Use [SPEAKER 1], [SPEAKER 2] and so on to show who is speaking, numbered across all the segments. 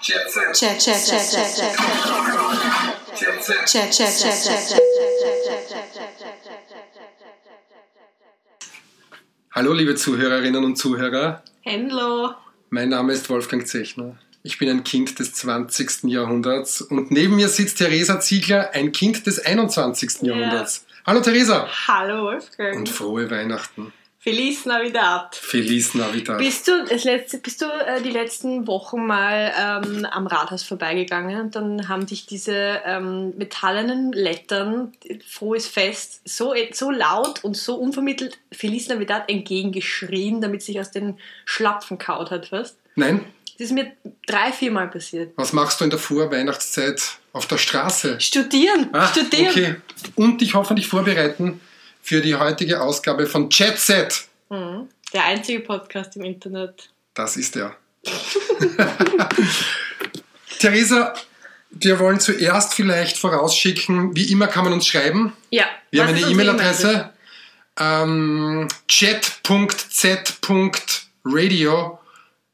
[SPEAKER 1] Jet Set.
[SPEAKER 2] check, check, check, check, check,
[SPEAKER 1] Jet Set.
[SPEAKER 2] check, check, check, check, check, check.
[SPEAKER 3] Hallo liebe Zuhörerinnen und Zuhörer,
[SPEAKER 4] Hello.
[SPEAKER 3] mein Name ist Wolfgang Zechner. Ich bin ein Kind des 20. Jahrhunderts und neben mir sitzt Theresa Ziegler, ein Kind des 21. Jahrhunderts. Hallo Theresa
[SPEAKER 4] Hallo Wolfgang.
[SPEAKER 3] und frohe Weihnachten.
[SPEAKER 4] Feliz Navidad.
[SPEAKER 3] Feliz Navidad.
[SPEAKER 4] Bist du, das letzte, bist du äh, die letzten Wochen mal ähm, am Rathaus vorbeigegangen und dann haben dich diese ähm, metallenen Lettern Frohes Fest so, so laut und so unvermittelt Feliz Navidad entgegengeschrien, damit sich aus den Schlapfen kaut hat, weißt
[SPEAKER 3] Nein,
[SPEAKER 4] Das ist mir drei, viermal passiert.
[SPEAKER 3] was machst du in der Vorweihnachtszeit auf der Straße?
[SPEAKER 4] Studieren!
[SPEAKER 3] Ah,
[SPEAKER 4] studieren!
[SPEAKER 3] Okay. Und dich hoffentlich vorbereiten für die heutige Ausgabe von Jet Set.
[SPEAKER 4] Mhm. Der einzige Podcast im Internet.
[SPEAKER 3] Das ist er. Theresa, wir wollen zuerst vielleicht vorausschicken, wie immer kann man uns schreiben.
[SPEAKER 4] Ja.
[SPEAKER 3] Wir
[SPEAKER 4] was
[SPEAKER 3] haben
[SPEAKER 4] ist
[SPEAKER 3] eine
[SPEAKER 4] unsere
[SPEAKER 3] E-Mail-Adresse. Ähm, chat.z.radio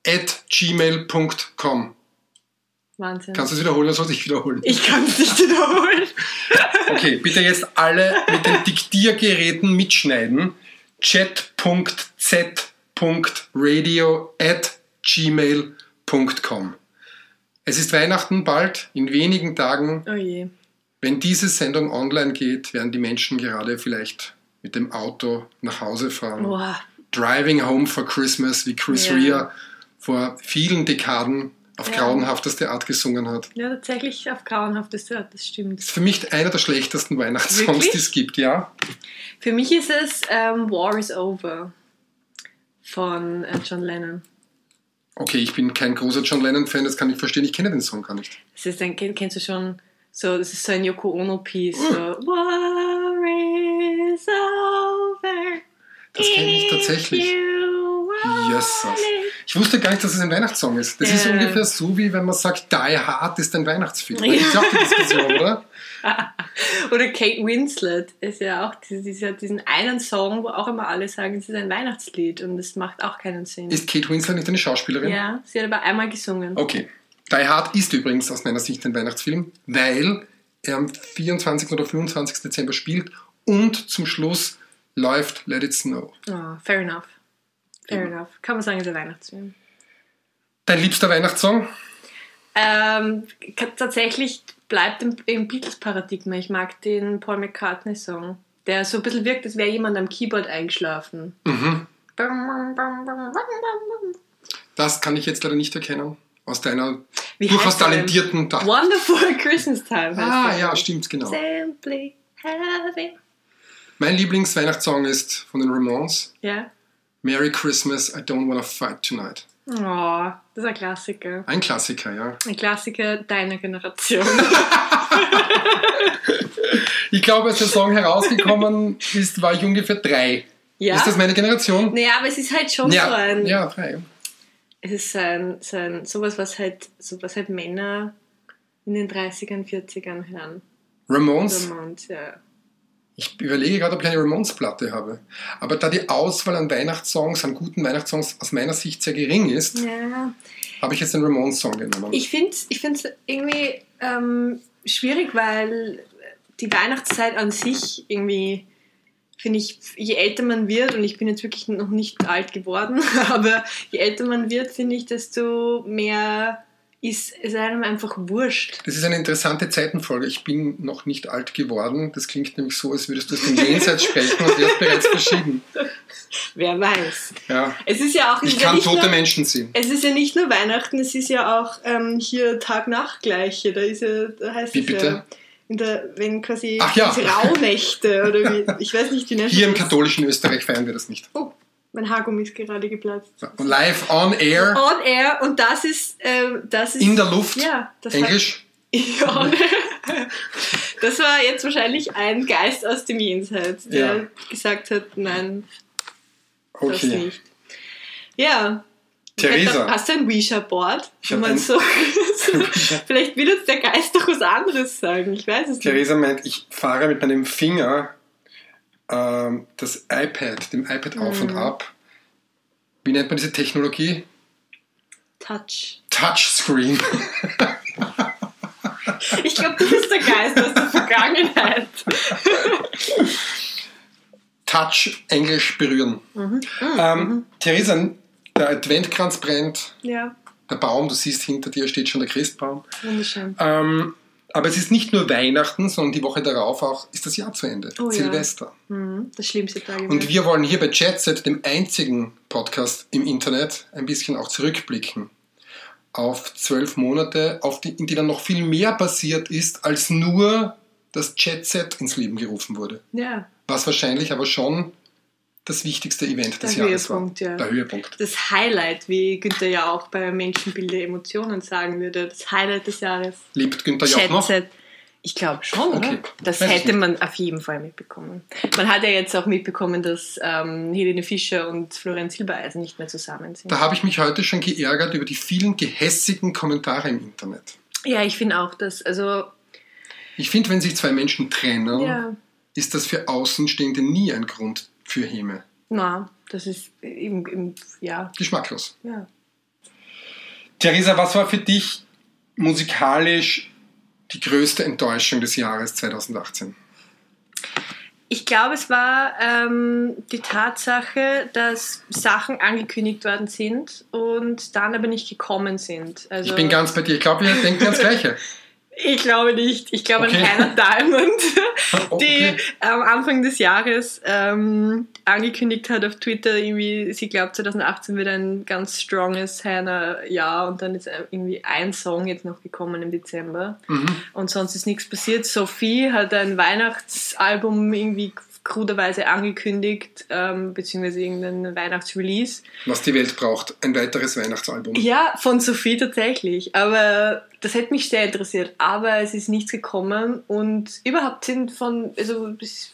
[SPEAKER 3] at gmail.com.
[SPEAKER 4] Wahnsinn.
[SPEAKER 3] Kannst du es wiederholen oder soll ich wiederholen?
[SPEAKER 4] Ich kann es nicht wiederholen.
[SPEAKER 3] Okay, bitte jetzt alle mit den Diktiergeräten mitschneiden. chat.z.radio at gmail.com. Es ist Weihnachten bald, in wenigen Tagen.
[SPEAKER 4] Oh je.
[SPEAKER 3] Wenn diese Sendung online geht, werden die Menschen gerade vielleicht mit dem Auto nach Hause fahren.
[SPEAKER 4] Boah.
[SPEAKER 3] Driving Home for Christmas, wie Chris
[SPEAKER 4] Oh. Ja.
[SPEAKER 3] Rea vor vielen Dekaden auf
[SPEAKER 4] Ja.
[SPEAKER 3] grauenhafteste Art gesungen hat.
[SPEAKER 4] Ja, tatsächlich auf grauenhaftes Art, das stimmt.
[SPEAKER 3] Ist für mich einer der schlechtesten Weihnachtssongs,
[SPEAKER 4] Wirklich?
[SPEAKER 3] die es gibt, ja.
[SPEAKER 4] Für mich ist es ähm, War is Over von äh, John Lennon.
[SPEAKER 3] Okay, ich bin kein großer John Lennon-Fan, das kann ich verstehen. Ich kenne den Song gar nicht.
[SPEAKER 4] Das ist ein, kenn- kennst du schon, so, das ist so ein Yoko Ono-Piece. So, War is over.
[SPEAKER 3] Das kenne ich
[SPEAKER 4] if
[SPEAKER 3] tatsächlich.
[SPEAKER 4] you want
[SPEAKER 3] Jesus.
[SPEAKER 4] it.
[SPEAKER 3] Ich wusste gar nicht, dass es ein Weihnachtssong ist. Das ist
[SPEAKER 4] Ja.
[SPEAKER 3] ungefähr so, wie wenn man sagt, Die Hard ist ein Weihnachtsfilm.
[SPEAKER 4] Ja.
[SPEAKER 3] Das ist auch die Diskussion, oder?
[SPEAKER 4] Oder Kate Winslet ist ja auch diese, diese, diesen einen Song, wo auch immer alle sagen, es ist ein Weihnachtslied und das macht auch keinen Sinn.
[SPEAKER 3] Ist Kate Winslet nicht eine Schauspielerin?
[SPEAKER 4] Ja, sie hat aber einmal gesungen.
[SPEAKER 3] Okay. Die Hard ist übrigens aus meiner Sicht ein Weihnachtsfilm, weil er am 24. oder 25. Dezember spielt und zum Schluss läuft Let It Snow.
[SPEAKER 4] Ah, fair enough. Fair
[SPEAKER 3] Eben.
[SPEAKER 4] enough. Kann man sagen, ist ein Weihnachtsfilm.
[SPEAKER 3] Dein liebster Weihnachtssong?
[SPEAKER 4] Ähm, k- tatsächlich bleibt im, im Beatles-Paradigma. Ich mag den Paul McCartney-Song, der so ein bisschen wirkt, als wäre jemand am Keyboard eingeschlafen.
[SPEAKER 3] Mhm.
[SPEAKER 4] Bum, bum, bum, bum, bum, bum, bum.
[SPEAKER 3] Das kann ich jetzt leider nicht erkennen. Aus deiner
[SPEAKER 4] Wie
[SPEAKER 3] durchaus
[SPEAKER 4] heißt er denn?
[SPEAKER 3] talentierten Dach.
[SPEAKER 4] Wonderful Christmas Time. heißt
[SPEAKER 3] Ah,
[SPEAKER 4] der.
[SPEAKER 3] ja, stimmt, genau.
[SPEAKER 4] Simply having.
[SPEAKER 3] Mein Lieblingsweihnachtssong ist von den Ramones.
[SPEAKER 4] Ja.
[SPEAKER 3] Merry Christmas, I don't wanna fight tonight.
[SPEAKER 4] Oh, das ist ein Klassiker.
[SPEAKER 3] Ein Klassiker, ja.
[SPEAKER 4] Ein Klassiker deiner Generation.
[SPEAKER 3] Ich glaube, als der Song herausgekommen ist, war ich ungefähr drei.
[SPEAKER 4] ja.
[SPEAKER 3] Ist das meine Generation?
[SPEAKER 4] naja, aber es ist halt schon so
[SPEAKER 3] ja,
[SPEAKER 4] ein.
[SPEAKER 3] ja, drei.
[SPEAKER 4] es ist sein, sein, sowas, was halt, sowas halt Männer in den 30ern, 40ern hören.
[SPEAKER 3] Ramones.
[SPEAKER 4] Vermont, ja.
[SPEAKER 3] Ich überlege gerade, ob ich eine Ramones-Platte habe. Aber da die Auswahl an Weihnachtssongs, an guten Weihnachtssongs aus meiner Sicht sehr gering ist,
[SPEAKER 4] ja.
[SPEAKER 3] habe ich jetzt den Ramones-Song genommen.
[SPEAKER 4] Ich finde es ich find's irgendwie ähm, schwierig, weil die Weihnachtszeit an sich irgendwie, finde ich, je älter man wird, und ich bin jetzt wirklich noch nicht alt geworden, aber je älter man wird, finde ich, desto mehr ist es einem einfach wurscht.
[SPEAKER 3] Das ist eine interessante Zeitenfolge. Ich bin noch nicht alt geworden. Das klingt nämlich so, als würdest du aus dem Jenseits sprechen und wärst bereits verschieden.
[SPEAKER 4] Wer weiß.
[SPEAKER 3] Ja.
[SPEAKER 4] Es ist ja auch es
[SPEAKER 3] Ich
[SPEAKER 4] ist ja
[SPEAKER 3] kann
[SPEAKER 4] nicht nur-
[SPEAKER 3] tote Menschen sehen.
[SPEAKER 4] Es ist ja nicht nur Weihnachten, es ist ja auch ähm, hier Tag-Nacht-Gleiche. Da ist ja, da heißt
[SPEAKER 3] Wie
[SPEAKER 4] es
[SPEAKER 3] bitte?
[SPEAKER 4] ja, in der, wenn quasi
[SPEAKER 3] Ach ja.
[SPEAKER 4] diese Rauhnächte oder wie, ich weiß nicht, wie nennt
[SPEAKER 3] Hier im
[SPEAKER 4] man das?
[SPEAKER 3] katholischen Österreich feiern wir das nicht.
[SPEAKER 4] Oh, mein Haargummi ist gerade geplatzt.
[SPEAKER 3] Und Live on air,
[SPEAKER 4] On air und das ist, ähm, Oh, das ist
[SPEAKER 3] in der Luft,
[SPEAKER 4] ja, das
[SPEAKER 3] Englisch.
[SPEAKER 4] War, ja. Das war jetzt wahrscheinlich ein Geist aus dem Jenseits, der
[SPEAKER 3] Ja.
[SPEAKER 4] gesagt hat, nein, das
[SPEAKER 3] Okay.
[SPEAKER 4] nicht. Ja.
[SPEAKER 3] Theresa.
[SPEAKER 4] Hast du ein Ouija-Board?
[SPEAKER 3] Ich
[SPEAKER 4] Wo
[SPEAKER 3] hab
[SPEAKER 4] man
[SPEAKER 3] ein-
[SPEAKER 4] so, vielleicht will uns der Geist doch was anderes sagen. Ich weiß es nicht.
[SPEAKER 3] Theresa meint, ich fahre mit meinem Finger ähm, das iPad, dem
[SPEAKER 4] Mhm.
[SPEAKER 3] iPad auf und ab. Wie nennt man diese Technologie?
[SPEAKER 4] Touch.
[SPEAKER 3] Touchscreen.
[SPEAKER 4] Ich glaube, du bist der Geist aus der Vergangenheit.
[SPEAKER 3] Touch, Englisch, berühren.
[SPEAKER 4] Mhm.
[SPEAKER 3] Ähm, Theresa, der Adventkranz brennt,
[SPEAKER 4] Ja,
[SPEAKER 3] der Baum, du siehst, hinter dir steht schon der Christbaum.
[SPEAKER 4] wunderschön.
[SPEAKER 3] Ähm, aber es ist nicht nur Weihnachten, sondern die Woche darauf auch ist das Jahr zu Ende,
[SPEAKER 4] Oh ja.
[SPEAKER 3] Silvester.
[SPEAKER 4] Mhm. Das schlimmste Tag im
[SPEAKER 3] Und
[SPEAKER 4] Jahr.
[SPEAKER 3] wir wollen hier bei Jetset, dem einzigen Podcast im Internet, ein bisschen auch zurückblicken auf zwölf Monate, auf die, in denen noch viel mehr passiert ist, als nur das Jetset ins Leben gerufen wurde.
[SPEAKER 4] Ja,
[SPEAKER 3] Was wahrscheinlich aber schon das wichtigste Event des
[SPEAKER 4] Der
[SPEAKER 3] Jahres war.
[SPEAKER 4] Höhepunkt, ja.
[SPEAKER 3] Der Höhepunkt.
[SPEAKER 4] das Highlight, wie Günther ja auch bei Menschenbilder Emotionen sagen würde, das Highlight des Jahres.
[SPEAKER 3] Lebt Günther Jauch noch?
[SPEAKER 4] Schätze. Ich glaube schon,
[SPEAKER 3] Okay.
[SPEAKER 4] oder? Das
[SPEAKER 3] Weiß ich
[SPEAKER 4] hätte
[SPEAKER 3] nicht.
[SPEAKER 4] man auf jeden Fall mitbekommen. Man hat ja jetzt auch mitbekommen, dass ähm, Helene Fischer und Florian Silbereisen nicht mehr zusammen sind.
[SPEAKER 3] Da habe ich mich heute schon geärgert über die vielen gehässigen Kommentare im Internet.
[SPEAKER 4] Ja, ich finde auch, dass, also,
[SPEAKER 3] Ich finde, wenn sich zwei Menschen trennen,
[SPEAKER 4] ja,
[SPEAKER 3] ist das für Außenstehende nie ein Grund für Häme.
[SPEAKER 4] na, das ist im, im ja,
[SPEAKER 3] Geschmacklos.
[SPEAKER 4] ja.
[SPEAKER 3] Theresa, was war für dich musikalisch die größte Enttäuschung des Jahres 2018?
[SPEAKER 4] Ich glaube, es war ähm, die Tatsache, dass Sachen angekündigt worden sind und dann aber nicht gekommen sind. Also,
[SPEAKER 3] ich bin ganz bei dir. Ich glaube, wir denken das Gleiche.
[SPEAKER 4] ich glaube nicht. Ich glaube
[SPEAKER 3] Okay.
[SPEAKER 4] an Hannah Diamond.
[SPEAKER 3] Oh,
[SPEAKER 4] die
[SPEAKER 3] okay.
[SPEAKER 4] am Anfang des Jahres ähm, angekündigt hat auf Twitter, irgendwie, sie glaubt 2018 wird ein ganz stronges Hannah-Jahr und dann ist äh, irgendwie ein Song jetzt noch gekommen im Dezember
[SPEAKER 3] Mhm.
[SPEAKER 4] und sonst ist nichts passiert. Sophie hat ein Weihnachtsalbum irgendwie kruderweise angekündigt, ähm, beziehungsweise irgendein Weihnachtsrelease.
[SPEAKER 3] Was die Welt braucht. Ein weiteres Weihnachtsalbum.
[SPEAKER 4] Ja, von Sophie tatsächlich. Aber das hätte mich sehr interessiert. Aber es ist nichts gekommen und überhaupt sind von, also es,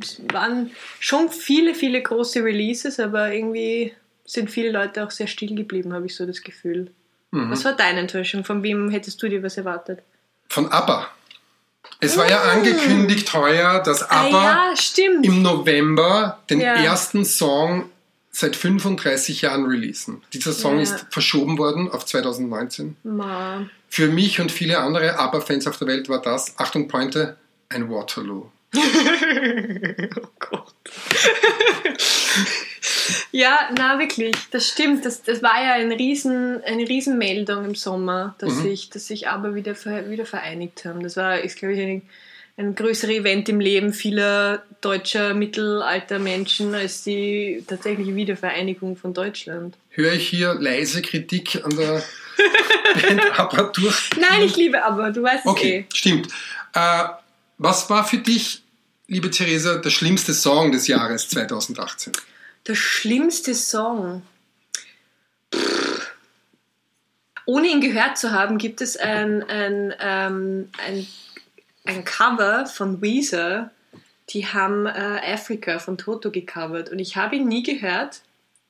[SPEAKER 4] es waren schon viele, viele große Releases, aber irgendwie sind viele Leute auch sehr still geblieben, habe ich so das Gefühl.
[SPEAKER 3] Mhm.
[SPEAKER 4] Was war deine Enttäuschung? Von wem hättest du dir was erwartet?
[SPEAKER 3] Von ABBA. Es war ja angekündigt heuer, dass ABBA
[SPEAKER 4] ah ja, stimmt.
[SPEAKER 3] im November den
[SPEAKER 4] Ja.
[SPEAKER 3] ersten Song seit 35 Jahren releasen. Dieser Song
[SPEAKER 4] Ja.
[SPEAKER 3] ist verschoben worden auf 2019.
[SPEAKER 4] Ma.
[SPEAKER 3] Für mich und viele andere ABBA-Fans auf der Welt war das, Achtung Pointe, ein Waterloo.
[SPEAKER 4] oh Gott. ja, na wirklich, das stimmt. Das, das war ja ein Riesen, eine Riesenmeldung im Sommer, dass
[SPEAKER 3] Mhm.
[SPEAKER 4] sich dass sich aber wieder, ver, wieder vereinigt haben. Das war, ist, glaube ich, ein, ein größeres Event im Leben vieler deutscher mittelalter Menschen als die tatsächliche Wiedervereinigung von Deutschland.
[SPEAKER 3] Höre ich hier leise Kritik an der Band ABBA durch?
[SPEAKER 4] Nein, ich liebe aber, du weißt
[SPEAKER 3] Mhm.
[SPEAKER 4] eh.
[SPEAKER 3] Okay, stimmt. Äh, was war für dich, liebe Theresa, der schlimmste Song des Jahres 2018?
[SPEAKER 4] es eh. Der schlimmste Song. Pff. Ohne ihn gehört zu haben, gibt es ein, ein, ähm, ein, ein Cover von Weezer. Die haben äh, Africa von Toto gecovert. Und ich habe ihn nie gehört,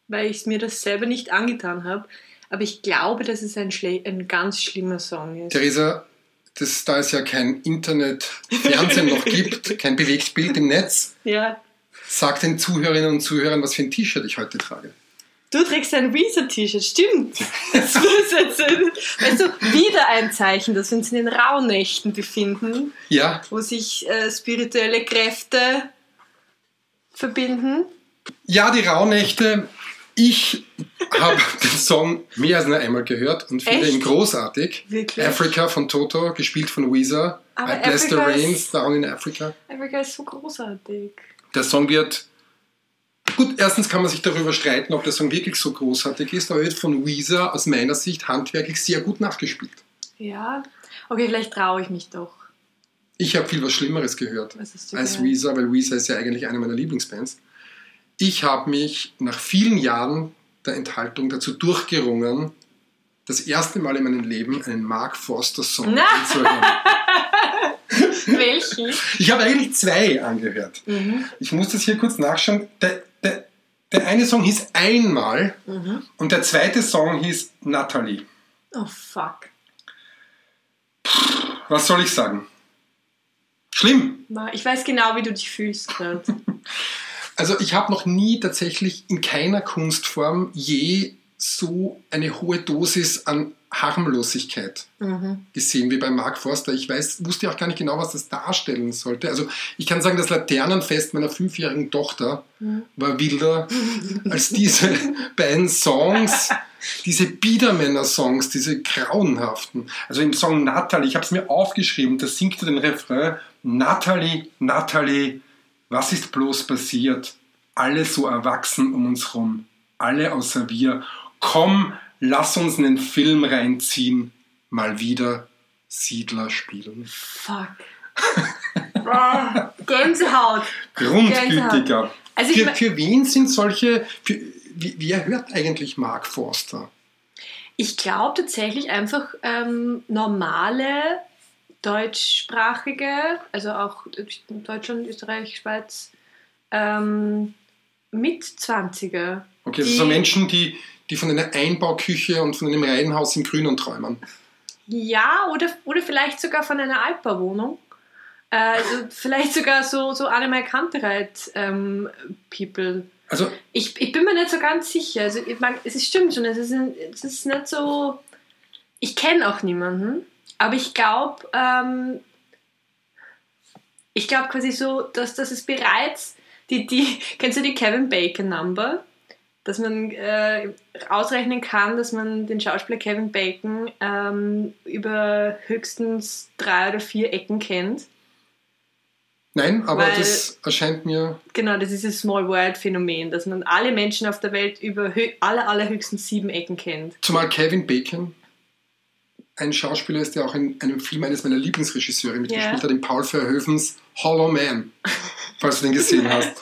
[SPEAKER 4] weil ich mir das selber nicht angetan habe. Aber ich glaube, dass es ein, schle- ein ganz schlimmer Song ist.
[SPEAKER 3] Theresa, das, da es ja kein Internet, Fernsehen noch gibt, kein Bewegtbild im Netz,
[SPEAKER 4] Ja.
[SPEAKER 3] sag den Zuhörerinnen und Zuhörern, was für ein T-Shirt ich heute trage.
[SPEAKER 4] Du trägst ein Weezer-T-Shirt, stimmt. Das ist jetzt ein, weißt du, wieder ein Zeichen, dass wir uns in den Rauhnächten befinden,
[SPEAKER 3] Ja,
[SPEAKER 4] wo sich äh, spirituelle Kräfte verbinden.
[SPEAKER 3] ja die Rauhnächte. Ich habe den Song mehr als nur einmal gehört und finde
[SPEAKER 4] Echt?
[SPEAKER 3] ihn großartig.
[SPEAKER 4] Wirklich?
[SPEAKER 3] Africa von Toto, gespielt von Weezer.
[SPEAKER 4] Aber
[SPEAKER 3] I bless the
[SPEAKER 4] Africa ist-
[SPEAKER 3] rains down in Africa.
[SPEAKER 4] Africa ist so großartig.
[SPEAKER 3] Der Song wird. Gut, erstens kann man sich darüber streiten, ob der Song wirklich so großartig ist, aber er wird von Weezer aus meiner Sicht handwerklich sehr gut nachgespielt.
[SPEAKER 4] Ja. Okay, vielleicht traue ich mich doch.
[SPEAKER 3] Ich habe viel was Schlimmeres gehört
[SPEAKER 4] Was hast du
[SPEAKER 3] als
[SPEAKER 4] gehört?
[SPEAKER 3] Weezer, weil Weezer ist ja eigentlich eine meiner Lieblingsbands. Ich habe mich nach vielen Jahren der Enthaltung dazu durchgerungen, das erste Mal in meinem Leben einen Mark Forster Song
[SPEAKER 4] Na.
[SPEAKER 3] anzuhören.
[SPEAKER 4] Welchen?
[SPEAKER 3] Ich habe eigentlich zwei angehört.
[SPEAKER 4] Mhm.
[SPEAKER 3] Ich muss das hier kurz nachschauen. Der, der, der eine Song hieß Einmal
[SPEAKER 4] Mhm.
[SPEAKER 3] und der zweite Song hieß Natalie.
[SPEAKER 4] Oh fuck.
[SPEAKER 3] Was soll ich sagen? Schlimm.
[SPEAKER 4] Ma, Ich weiß genau, wie du dich fühlst gerade.
[SPEAKER 3] Also ich habe noch nie tatsächlich in keiner Kunstform je so eine hohe Dosis an Harmlosigkeit
[SPEAKER 4] Mhm.
[SPEAKER 3] gesehen wie bei Mark Forster. Ich weiß, wusste auch gar nicht genau, was das darstellen sollte. Also ich kann sagen, das Laternenfest meiner fünfjährigen Tochter
[SPEAKER 4] Mhm.
[SPEAKER 3] war wilder als diese beiden Songs, diese Biedermänner-Songs, diese grauenhaften. Also im Song Natalie, ich habe es mir aufgeschrieben, da singt er den Refrain, Natalie, Natalie, was ist bloß passiert? Alle so erwachsen um uns rum, alle außer wir. Komm, lass uns einen Film reinziehen, mal wieder Siedler spielen.
[SPEAKER 4] Fuck. Boah, Gänsehaut.
[SPEAKER 3] Grundgültiger.
[SPEAKER 4] Also ich
[SPEAKER 3] für,
[SPEAKER 4] mein-
[SPEAKER 3] für wen sind solche. Für, wie- wer hört eigentlich Mark Forster?
[SPEAKER 4] Ich glaube tatsächlich einfach ähm, normale deutschsprachige, also auch Deutschland, Österreich, Schweiz, ähm, mit 20er.
[SPEAKER 3] Okay, also
[SPEAKER 4] Die-
[SPEAKER 3] so Menschen, die, die von einer Einbauküche und von einem Reihenhaus im Grünen träumen.
[SPEAKER 4] Ja, oder, oder vielleicht sogar von einer Altbauwohnung. Äh, also vielleicht sogar so, so Annemai Kantereit ähm, People.
[SPEAKER 3] Also,
[SPEAKER 4] Ich, ich bin mir nicht so ganz sicher. Also, ich mein, es ist- stimmt schon, es ist, ein- es ist nicht so. Ich kenne auch niemanden, aber ich glaube, ähm, ich glaube quasi so, dass das ist bereits die, die kennst du die Kevin Bacon Number, dass man äh, ausrechnen kann, dass man den Schauspieler Kevin Bacon ähm, über höchstens drei oder vier Ecken kennt.
[SPEAKER 3] nein, aber
[SPEAKER 4] Weil-
[SPEAKER 3] das erscheint mir.
[SPEAKER 4] Genau, das ist das Small World Phänomen, dass man alle Menschen auf der Welt über hö alle allerhöchstens sieben Ecken kennt.
[SPEAKER 3] Zumal Kevin Bacon ein Schauspieler ist, der auch in einem Film eines meiner Lieblingsregisseure mitgespielt
[SPEAKER 4] Ja.
[SPEAKER 3] hat, in Paul Verhoevens Hollow Man, falls du den gesehen hast,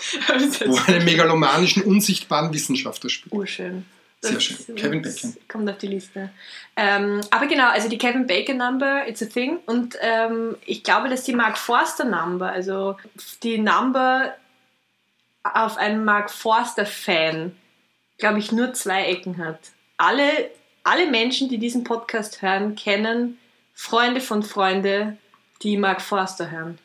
[SPEAKER 3] wo er einen megalomanischen, unsichtbaren Wissenschaftler spielt.
[SPEAKER 4] Urschön.
[SPEAKER 3] Sehr schön. Kevin Bacon.
[SPEAKER 4] Kommt auf die Liste. Ähm, aber genau, also die Kevin Bacon Number, it's a thing. Und ähm, ich glaube, dass die Mark Forster Number, also die Number auf einen Mark Forster Fan, glaube ich, nur zwei Ecken hat. Alle, alle Menschen, die diesen Podcast hören, kennen Freunde von Freunde, die Mark Forster hören.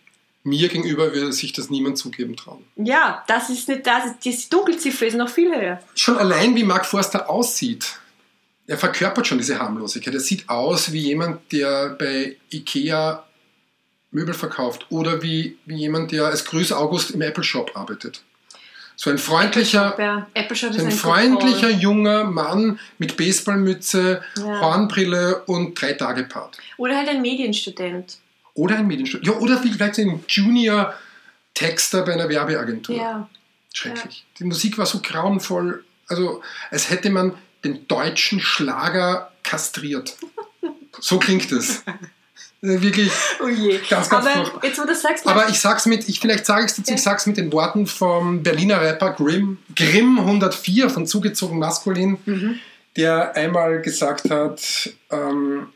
[SPEAKER 3] Mir gegenüber würde sich das niemand zugeben trauen.
[SPEAKER 4] Ja, das ist nicht das, die Dunkelziffer ist noch viel höher.
[SPEAKER 3] Schon allein, wie Mark Forster aussieht, er verkörpert schon diese Harmlosigkeit. Er sieht aus wie jemand, der bei Ikea Möbel verkauft oder wie, wie jemand, der als Grüß August im Apple Shop arbeitet. So ein freundlicher,
[SPEAKER 4] Ja, Apple Shop ist
[SPEAKER 3] so ein
[SPEAKER 4] ein
[SPEAKER 3] freundlicher junger Mann mit Baseballmütze,
[SPEAKER 4] Ja.
[SPEAKER 3] Hornbrille und drei Tage Part.
[SPEAKER 4] Oder halt ein Medienstudent.
[SPEAKER 3] Oder ein Medienstudent. Ja, oder vielleicht ein Junior Texter bei einer Werbeagentur.
[SPEAKER 4] Ja.
[SPEAKER 3] Schrecklich. Die Musik war so grauenvoll, also als hätte man den deutschen Schlager kastriert. So klingt es. Äh, Wirklich.
[SPEAKER 4] Oh je.
[SPEAKER 3] Ganz, ganz
[SPEAKER 4] Aber
[SPEAKER 3] furchtbar.
[SPEAKER 4] jetzt, wo du sagst,
[SPEAKER 3] Aber ich sag's mit, ich vielleicht sage ich's dazu, ich sag's mit den Worten vom Berliner Rapper Grimm, Grimm 104 von zugezogen maskulin,
[SPEAKER 4] Mhm.
[SPEAKER 3] der einmal gesagt hat, ähm,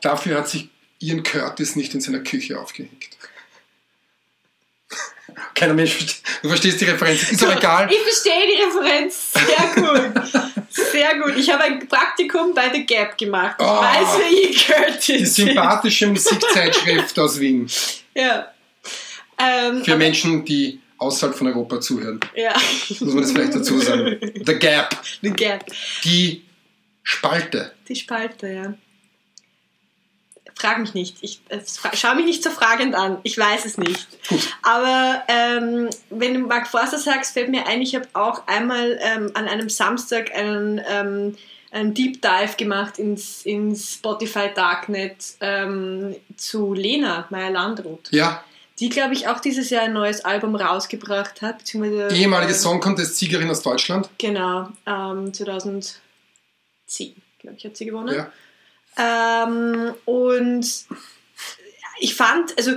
[SPEAKER 3] dafür hat sich Ian Curtis nicht in seiner Küche aufgehängt. Keiner Mensch, versteht- du verstehst die Referenz, ist doch egal.
[SPEAKER 4] ich verstehe die Referenz sehr gut. sehr gut. Ich habe ein Praktikum bei The Gap gemacht. Ich
[SPEAKER 3] Oh.
[SPEAKER 4] weiß, wer E. Curtis
[SPEAKER 3] Die
[SPEAKER 4] ist.
[SPEAKER 3] sympathische Musikzeitschrift aus Wien.
[SPEAKER 4] Ja. Ähm,
[SPEAKER 3] Für
[SPEAKER 4] aber-
[SPEAKER 3] Menschen, die außerhalb von Europa zuhören.
[SPEAKER 4] Ja.
[SPEAKER 3] Muss man das vielleicht dazu sagen. The Gap.
[SPEAKER 4] The Gap.
[SPEAKER 3] Die Spalte.
[SPEAKER 4] Die Spalte, ja. Frag mich nicht. Ich, äh, fra- schau mich nicht so fragend an. Ich weiß es nicht.
[SPEAKER 3] Gut.
[SPEAKER 4] Aber ähm, wenn du Mark Forster sagst, fällt mir ein, ich habe auch einmal ähm, an einem Samstag einen, ähm, einen Deep Dive gemacht ins, ins Spotify Darknet ähm, zu Lena Meyer-Landrut,
[SPEAKER 3] Ja,
[SPEAKER 4] die, glaube ich, auch dieses Jahr ein neues Album rausgebracht hat. Beziehungsweise,
[SPEAKER 3] ehemalige
[SPEAKER 4] äh,
[SPEAKER 3] Song Contest-Siegerin aus Deutschland.
[SPEAKER 4] Genau, ähm, 2010, glaube ich, hat sie gewonnen.
[SPEAKER 3] Ja.
[SPEAKER 4] Ähm, und ich fand, also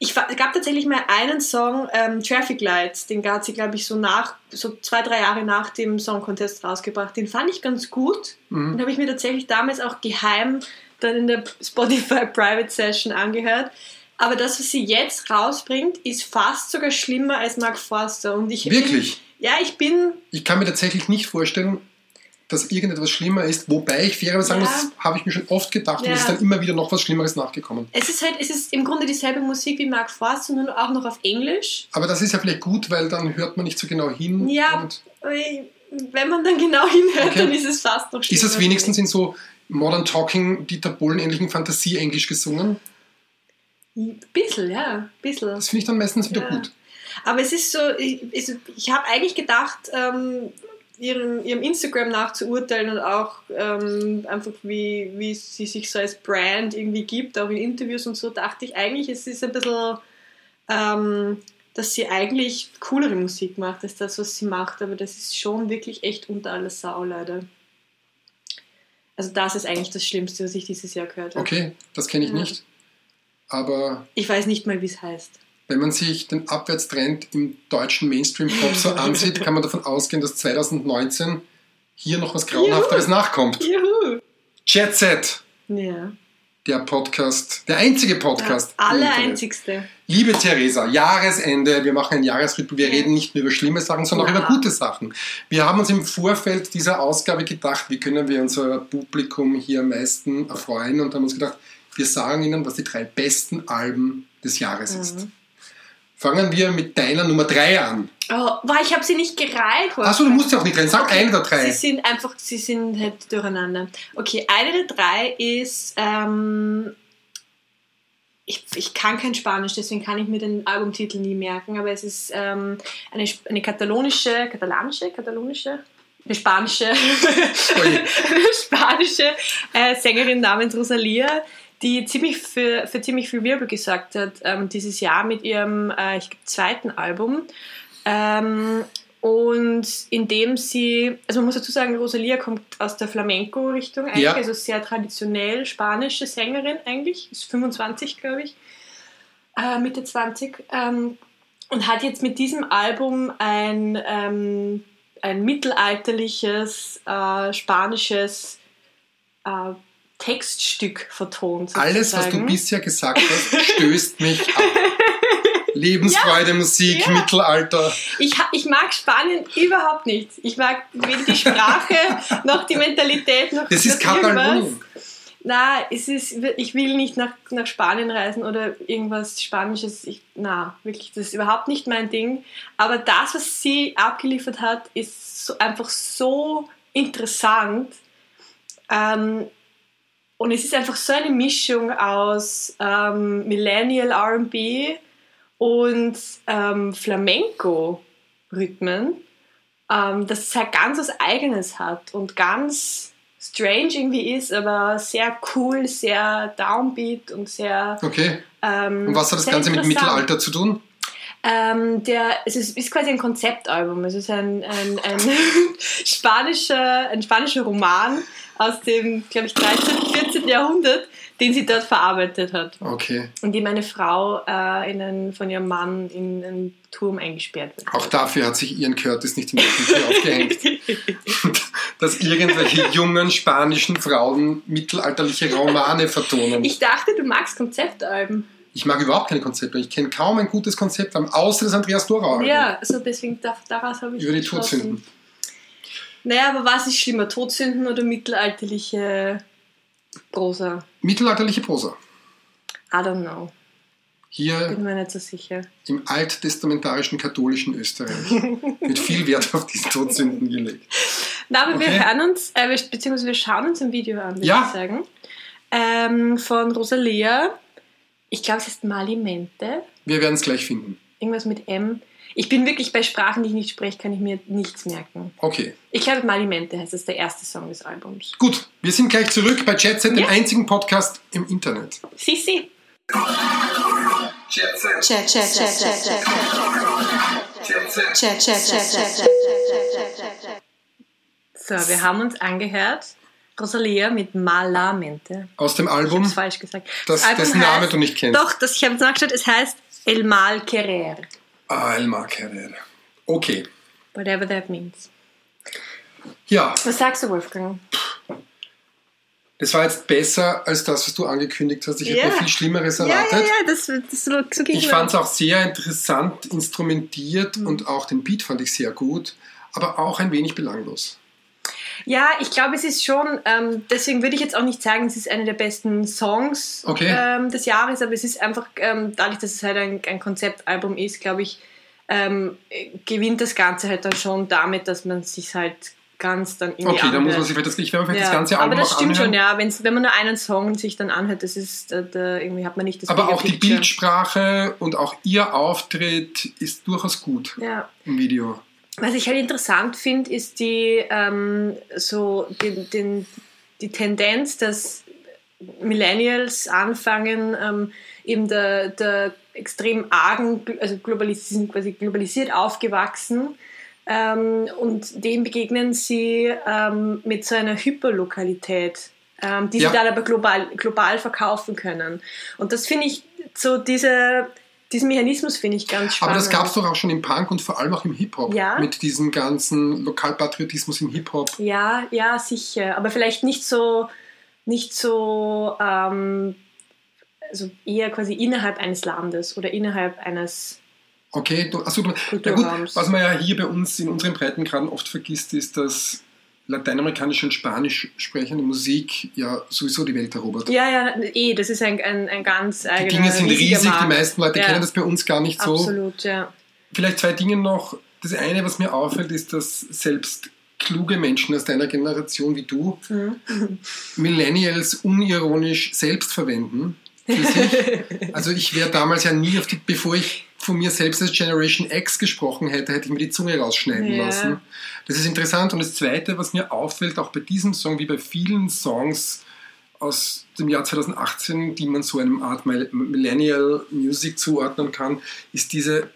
[SPEAKER 4] ich fa- gab tatsächlich mal einen Song, ähm, Traffic Lights, den hat sie, glaube ich, so nach, so zwei, drei Jahre nach dem Song Contest rausgebracht. Den fand ich ganz gut.
[SPEAKER 3] Mhm.
[SPEAKER 4] Den habe ich mir tatsächlich damals auch geheim dann in der Spotify Private Session angehört. Aber das, was sie jetzt rausbringt, ist fast sogar schlimmer als Mark Forster. Und ich
[SPEAKER 3] Wirklich.
[SPEAKER 4] ja, ich bin
[SPEAKER 3] Ich kann mir tatsächlich nicht vorstellen, dass irgendetwas schlimmer ist, wobei ich fairerweise sagen
[SPEAKER 4] Ja.
[SPEAKER 3] muss, das habe ich mir schon oft gedacht und
[SPEAKER 4] Ja.
[SPEAKER 3] es ist dann immer wieder noch was Schlimmeres nachgekommen.
[SPEAKER 4] Es ist halt, es ist im Grunde dieselbe Musik wie Mark Forster, nur auch noch auf Englisch.
[SPEAKER 3] Aber das ist ja vielleicht gut, weil dann hört man nicht so genau hin.
[SPEAKER 4] Ja,
[SPEAKER 3] Und
[SPEAKER 4] äh, wenn man dann genau hinhört,
[SPEAKER 3] Okay.
[SPEAKER 4] dann ist es fast noch schlimmer.
[SPEAKER 3] Ist es wenigstens in so Modern Talking, Dieter Bohlen-ähnlichen Fantasie-Englisch gesungen?
[SPEAKER 4] Ein bisschen, ja, ein bisschen.
[SPEAKER 3] Das finde ich dann meistens wieder
[SPEAKER 4] Ja.
[SPEAKER 3] gut.
[SPEAKER 4] Aber es ist so, ich, ich, ich habe eigentlich gedacht, ähm, ihrem, ihrem Instagram nach zu urteilen und auch ähm, einfach, wie, wie sie sich so als Brand irgendwie gibt, auch in Interviews und so, dachte ich eigentlich, es ist ein bisschen, ähm, dass sie eigentlich coolere Musik macht, als das, was sie macht, aber das ist schon wirklich echt unter aller Sau, leider. Also das ist eigentlich das Schlimmste, was ich dieses Jahr gehört habe.
[SPEAKER 3] Okay, das kenne ich
[SPEAKER 4] Ja.
[SPEAKER 3] nicht. Aber
[SPEAKER 4] Ich weiß nicht mal, wie es heißt.
[SPEAKER 3] wenn man sich den Abwärtstrend im deutschen Mainstream-Pop so ansieht, kann man davon ausgehen, dass 2019 hier noch was Grauenhafteres nachkommt.
[SPEAKER 4] Juhu!
[SPEAKER 3] Jet Set,
[SPEAKER 4] Ja.
[SPEAKER 3] der Podcast, der einzige Podcast. im
[SPEAKER 4] Alle
[SPEAKER 3] Internet.
[SPEAKER 4] einzigste.
[SPEAKER 3] Liebe Theresa, Jahresende, wir machen ein Jahresrückblick, wir
[SPEAKER 4] Ja.
[SPEAKER 3] reden nicht nur über schlimme Sachen, sondern
[SPEAKER 4] Ja.
[SPEAKER 3] auch über gute Sachen. Wir haben uns im Vorfeld dieser Ausgabe gedacht, wie können wir unser Publikum hier am meisten erfreuen und haben uns gedacht, wir sagen ihnen, was die drei besten Alben des Jahres
[SPEAKER 4] Mhm.
[SPEAKER 3] ist. Fangen wir mit deiner Nummer 3 an.
[SPEAKER 4] Oh, boah, ich habe sie nicht gereiht.
[SPEAKER 3] Achso, du musst ja auch nicht rein, sag eine der drei.
[SPEAKER 4] Sie sind einfach, sie sind halt durcheinander. Okay, eine der drei ist, ähm, ich, ich kann kein Spanisch, deswegen kann ich mir den Albumtitel nie merken, aber es ist ähm, eine, Sp- eine katalonische, katalanische, katalonische, eine spanische,
[SPEAKER 3] Oje.
[SPEAKER 4] eine spanische äh, Sängerin namens Rosalia, die ziemlich für, für ziemlich viel Wirbel gesorgt hat ähm, dieses Jahr mit ihrem äh, ich glaub, zweiten Album. Ähm, und indem sie, also man muss dazu sagen, Rosalia kommt aus der Flamenco-Richtung eigentlich,
[SPEAKER 3] Ja.
[SPEAKER 4] also sehr traditionell spanische Sängerin eigentlich, ist 25, glaube ich, äh, Mitte 20, ähm, und hat jetzt mit diesem Album ein, ähm, ein mittelalterliches äh, spanisches äh, Textstück vertont.
[SPEAKER 3] Alles, was du
[SPEAKER 4] sozusagen.
[SPEAKER 3] bisher gesagt hast, stößt mich ab. Lebensfreude, Musik,
[SPEAKER 4] ja.
[SPEAKER 3] Mittelalter.
[SPEAKER 4] Ich, ha- ich mag Spanien überhaupt nicht. Ich mag weder die Sprache noch die Mentalität noch
[SPEAKER 3] Das ist
[SPEAKER 4] noch irgendwas.
[SPEAKER 3] Katalonien.
[SPEAKER 4] Na, es ist, ich will nicht nach, nach Spanien reisen oder irgendwas Spanisches. Ich, na, wirklich, das ist überhaupt nicht mein Ding. Aber das, was sie abgeliefert hat, ist so, einfach so interessant. Ähm, und es ist einfach so eine Mischung aus ähm, Millennial RB und ähm, Flamenco-Rhythmen, ähm, dass es halt ganz was Eigenes hat und ganz strange irgendwie ist, aber sehr cool, sehr downbeat und sehr.
[SPEAKER 3] Okay,
[SPEAKER 4] Ähm,
[SPEAKER 3] und was hat das
[SPEAKER 4] sehr
[SPEAKER 3] Ganze mit
[SPEAKER 4] interessant.
[SPEAKER 3] Mittelalter zu tun?
[SPEAKER 4] Ähm, der, es ist, ist quasi ein Konzeptalbum. Es ist ein, ein, ein, spanischer, ein spanischer Roman aus dem, glaube ich, 13., 14. Jahrhundert, den sie dort verarbeitet hat.
[SPEAKER 3] Okay.
[SPEAKER 4] In dem eine Frau äh, in einen, von ihrem Mann in einen Turm eingesperrt wird.
[SPEAKER 3] Auch dafür hat sich Ian Curtis nicht im Öffentlichen aufgehängt. Dass irgendwelche jungen spanischen Frauen mittelalterliche Romane vertonen. Ich,
[SPEAKER 4] Ich dachte, du magst Konzeptalben.
[SPEAKER 3] mag überhaupt keine Konzepte. Ich kenne kaum ein gutes Konzept, außer das Andreas Dorauer.
[SPEAKER 4] Ja, also deswegen darf, daraus habe ich
[SPEAKER 3] Über die
[SPEAKER 4] geschlossen.
[SPEAKER 3] Todsünden.
[SPEAKER 4] Naja, aber was ist schlimmer, Todsünden oder mittelalterliche Prosa?
[SPEAKER 3] Mittelalterliche Prosa.
[SPEAKER 4] I don't know.
[SPEAKER 3] Hier
[SPEAKER 4] Bin mir nicht so sicher.
[SPEAKER 3] im alttestamentarischen katholischen Österreich. Mit viel Wert auf diese Todsünden gelegt.
[SPEAKER 4] Na, aber
[SPEAKER 3] Okay.
[SPEAKER 4] wir hören uns, äh, wir- beziehungsweise wir schauen uns ein Video an, würde
[SPEAKER 3] Ja.
[SPEAKER 4] ich sagen. Ähm, von Rosalia. Ich glaube, es heißt Malimente.
[SPEAKER 3] Wir werden es gleich finden.
[SPEAKER 4] Irgendwas mit M. Ich bin wirklich bei Sprachen, die ich nicht spreche, kann ich mir nichts merken.
[SPEAKER 3] Okay,
[SPEAKER 4] Ich glaube, Malimente heißt es, der erste Song des Albums.
[SPEAKER 3] gut. Wir sind gleich zurück bei Jetset, dem
[SPEAKER 4] Ja.
[SPEAKER 3] einzigen Podcast im Internet.
[SPEAKER 4] Sisi!
[SPEAKER 1] Jet set.
[SPEAKER 2] Check, check, check, check, check,
[SPEAKER 1] Jet set.
[SPEAKER 2] check, check, check, check, check, check, check.
[SPEAKER 4] So, wir haben uns angehört. Rosalia mit Malamente.
[SPEAKER 3] Aus dem
[SPEAKER 4] Ich
[SPEAKER 3] Album,
[SPEAKER 4] hab's falsch gesagt.
[SPEAKER 3] Hm. das,
[SPEAKER 4] Album
[SPEAKER 3] dessen Name
[SPEAKER 4] heißt-
[SPEAKER 3] du nicht kennst.
[SPEAKER 4] Doch, das, ich habe es nachgeschaut, es heißt El Mal Querer.
[SPEAKER 3] Alma Carrera. Okay.
[SPEAKER 4] Whatever that means.
[SPEAKER 3] Ja,
[SPEAKER 4] Was sagst du, Wolfgang?
[SPEAKER 3] das war jetzt besser als das, was du angekündigt hast. Ich
[SPEAKER 4] Ja.
[SPEAKER 3] hätte mir viel Schlimmeres
[SPEAKER 4] Ja,
[SPEAKER 3] erwartet.
[SPEAKER 4] ja, ja, das, das so, so ging
[SPEAKER 3] Ich fand es auch sehr interessant instrumentiert
[SPEAKER 4] Mhm.
[SPEAKER 3] und auch den Beat fand ich sehr gut, aber auch ein wenig belanglos.
[SPEAKER 4] Ja, ich glaube, es ist schon, ähm, deswegen würde ich jetzt auch nicht sagen, es ist einer der besten Songs
[SPEAKER 3] Okay.
[SPEAKER 4] ähm, des Jahres, aber es ist einfach, ähm, dadurch, dass es halt ein, ein Konzeptalbum ist, glaube ich, ähm, gewinnt das Ganze halt dann schon damit, dass man sich halt ganz dann irgendwie
[SPEAKER 3] Okay, dann muss man
[SPEAKER 4] anhört.
[SPEAKER 3] sich vielleicht das, ich werde mir vielleicht
[SPEAKER 4] ja,
[SPEAKER 3] das ganze Album
[SPEAKER 4] aber das
[SPEAKER 3] auch
[SPEAKER 4] stimmt
[SPEAKER 3] anhören.
[SPEAKER 4] schon, ja. Wenn's, wenn man nur einen Song sich dann anhört, das ist, äh, da, irgendwie hat man nicht das
[SPEAKER 3] Aber
[SPEAKER 4] Bigger
[SPEAKER 3] auch die
[SPEAKER 4] Picture.
[SPEAKER 3] Bildsprache und auch ihr Auftritt ist durchaus gut
[SPEAKER 4] Ja.
[SPEAKER 3] im Video.
[SPEAKER 4] Was ich halt interessant finde, ist die, ähm, so den, den, die Tendenz, dass Millennials anfangen, ähm, eben der, der extrem argen, gl- also globalis sie sind quasi globalisiert aufgewachsen ähm, und dem begegnen sie ähm, mit so einer Hyperlokalität, ähm, die
[SPEAKER 3] Ja.
[SPEAKER 4] sie dann aber global, global verkaufen können. Und das finde ich, so diese, diesen Mechanismus finde ich ganz spannend.
[SPEAKER 3] Aber das gab es doch auch schon im Punk und vor allem auch im Hip-Hop.
[SPEAKER 4] Ja.
[SPEAKER 3] Mit diesem ganzen Lokalpatriotismus im Hip-Hop.
[SPEAKER 4] Ja, ja, sicher. Aber vielleicht nicht so, nicht so, ähm, also eher quasi innerhalb eines Landes oder innerhalb eines.
[SPEAKER 3] Okay, du, also, du, ja gut,
[SPEAKER 4] Kulturraums.
[SPEAKER 3] was man ja hier bei uns in unseren Breitengraden oft vergisst, ist, dass lateinamerikanische und spanisch sprechende Musik ja sowieso die Welt erobert.
[SPEAKER 4] Ja, ja, eh, das ist ein, ein, ein ganz
[SPEAKER 3] die
[SPEAKER 4] eigener
[SPEAKER 3] Dinge sind
[SPEAKER 4] riesiger
[SPEAKER 3] riesig, die
[SPEAKER 4] genau, Markt.
[SPEAKER 3] meisten Leute
[SPEAKER 4] Ja.
[SPEAKER 3] kennen das bei uns gar nicht so.
[SPEAKER 4] Absolut, ja.
[SPEAKER 3] Vielleicht zwei Dinge noch. Das eine, was mir auffällt, ist, dass selbst kluge Menschen aus deiner Generation wie du
[SPEAKER 4] Mhm.
[SPEAKER 3] Millennials unironisch selbst verwenden. Für sich. Also ich wäre damals ja nie auf die, bevor ich von mir selbst als Generation X gesprochen hätte, hätte ich mir die Zunge rausschneiden
[SPEAKER 4] Ja.
[SPEAKER 3] lassen. Das ist interessant. Und das Zweite, was mir auffällt, auch bei diesem Song wie bei vielen Songs aus dem Jahr 2018, die man so einem Art Mil- Millennial Music zuordnen kann, ist diese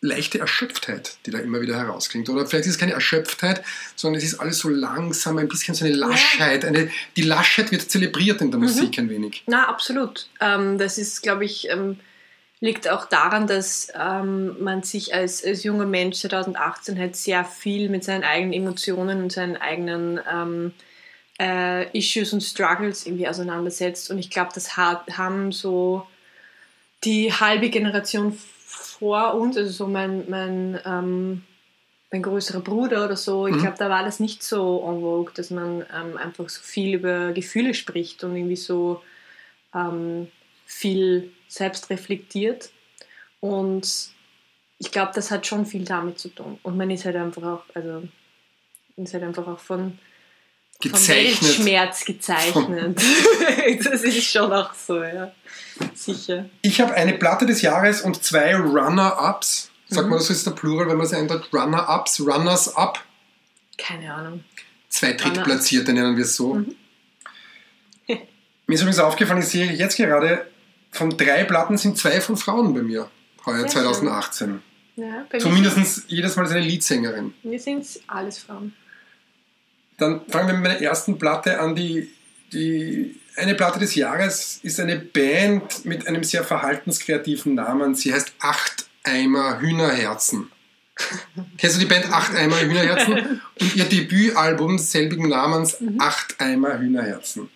[SPEAKER 3] leichte Erschöpftheit, die da immer wieder herausklingt. Oder vielleicht ist es keine Erschöpftheit, sondern es ist alles so langsam, ein bisschen so eine Laschheit. Eine, die Laschheit wird zelebriert in der
[SPEAKER 4] Mhm.
[SPEAKER 3] Musik ein wenig.
[SPEAKER 4] Na, absolut. Ähm, das ist, glaube ich, ähm, liegt auch daran, dass ähm, man sich als, als junger Mensch 2018 halt sehr viel mit seinen eigenen Emotionen und seinen eigenen ähm, äh, Issues und Struggles irgendwie auseinandersetzt. Und ich glaube, das hat, haben so die halbe Generation vor uns, also so mein, mein, ähm, mein größerer Bruder oder so, ich
[SPEAKER 3] Mhm.
[SPEAKER 4] glaube, da war das nicht so en vogue, dass man ähm, einfach so viel über Gefühle spricht und irgendwie so ähm, viel selbst reflektiert. Und ich glaube, das hat schon viel damit zu tun. Und man ist halt einfach auch, also man ist halt einfach auch von, vom
[SPEAKER 3] Gezeichnet.
[SPEAKER 4] Weltschmerz gezeichnet. das ist schon auch so, ja. Sicher.
[SPEAKER 3] Ich habe eine Platte des Jahres und zwei Runner-Ups. Sagt
[SPEAKER 4] Mhm.
[SPEAKER 3] man das ist der Plural, wenn man es ändert? Runner-Ups, Runners-Up.
[SPEAKER 4] Keine Ahnung.
[SPEAKER 3] Zwei Drittplatzierte nennen wir es so.
[SPEAKER 4] Mhm.
[SPEAKER 3] Mir ist übrigens aufgefallen, ich sehe jetzt gerade, von drei Platten sind zwei von Frauen bei mir heuer
[SPEAKER 4] Sehr
[SPEAKER 3] 2018.
[SPEAKER 4] Ja, bei mir
[SPEAKER 3] Zumindest jedes Mal ist eine Leadsängerin.
[SPEAKER 4] sind- mir sind es alles Frauen.
[SPEAKER 3] Dann fangen wir mit meiner ersten Platte an. Die, die eine Platte des Jahres ist eine Band mit einem sehr verhaltenskreativen Namen. Sie heißt Acht Eimer Hühnerherzen. Kennst du die Band Acht Eimer Hühnerherzen? Und ihr Debütalbum selbigen Namens Acht Eimer Hühnerherzen.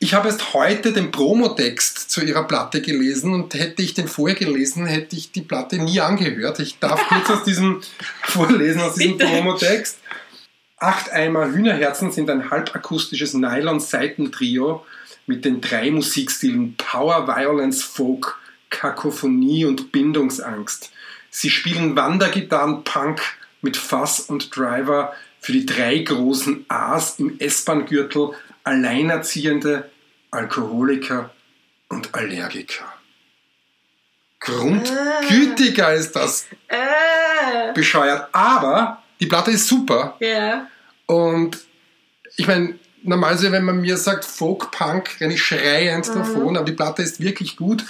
[SPEAKER 3] Ich habe erst heute den Promotext zu ihrer Platte gelesen und hätte ich den vorher gelesen, hätte ich die Platte nie angehört. Ich darf kurz aus diesem vorlesen, aus diesem
[SPEAKER 4] Bitte.
[SPEAKER 3] Promotext. Acht Eimer Hühnerherzen sind ein halbakustisches Nylon-Seitentrio mit den drei Musikstilen Power, Violence, Folk, Kakophonie und Bindungsangst. Sie spielen Wandergitarren Punk mit Fass und Driver für die drei großen A's im S-Bahn-Gürtel, Alleinerziehende, Alkoholiker und Allergiker. Grundgütiger ist das
[SPEAKER 4] Äh,
[SPEAKER 3] bescheuert, aber die Platte ist super.
[SPEAKER 4] ja.
[SPEAKER 3] Und ich meine, normalerweise, wenn man mir sagt Folk Punk, renne ich schreiend
[SPEAKER 4] Mhm.
[SPEAKER 3] davon, aber die Platte ist wirklich gut.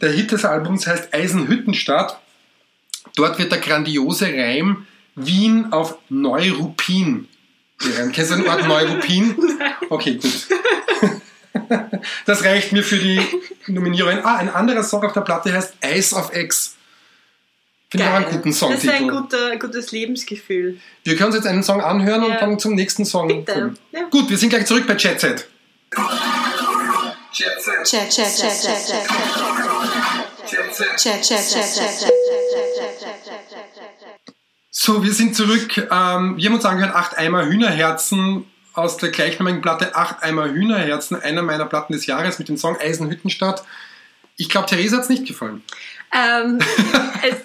[SPEAKER 3] Der Hit des Albums heißt Eisenhüttenstadt. Dort wird der grandiose Reim Wien auf Neurupin gereimt. Kennst du den Ort Neurupin? Okay, gut. Das reicht mir für die Nominierung. Ah, ein anderer Song auf der Platte heißt Eis auf Ex. Finde ich auch einen
[SPEAKER 4] Geil.
[SPEAKER 3] guten
[SPEAKER 4] Das ist
[SPEAKER 3] Songtitel.
[SPEAKER 4] ein guter, gutes Lebensgefühl.
[SPEAKER 3] Wir können uns jetzt einen Song anhören und
[SPEAKER 4] Ja.
[SPEAKER 3] dann zum nächsten Song
[SPEAKER 4] Bitte.
[SPEAKER 3] kommen.
[SPEAKER 4] Ja.
[SPEAKER 3] Gut, wir sind gleich zurück bei Jet Set.
[SPEAKER 1] Jet set.
[SPEAKER 2] Check, check, check, check, check,
[SPEAKER 1] Jet set.
[SPEAKER 2] check, check, check,
[SPEAKER 3] So, wir sind zurück. Ähm, wir haben uns angehört, acht Eimer Hühnerherzen aus der gleichnamigen Platte Acht Eimer Hühnerherzen, einer meiner Platten des Jahres mit dem Song Eisenhüttenstadt. Ich glaube, Therese hat es nicht gefallen.
[SPEAKER 4] Ähm, es,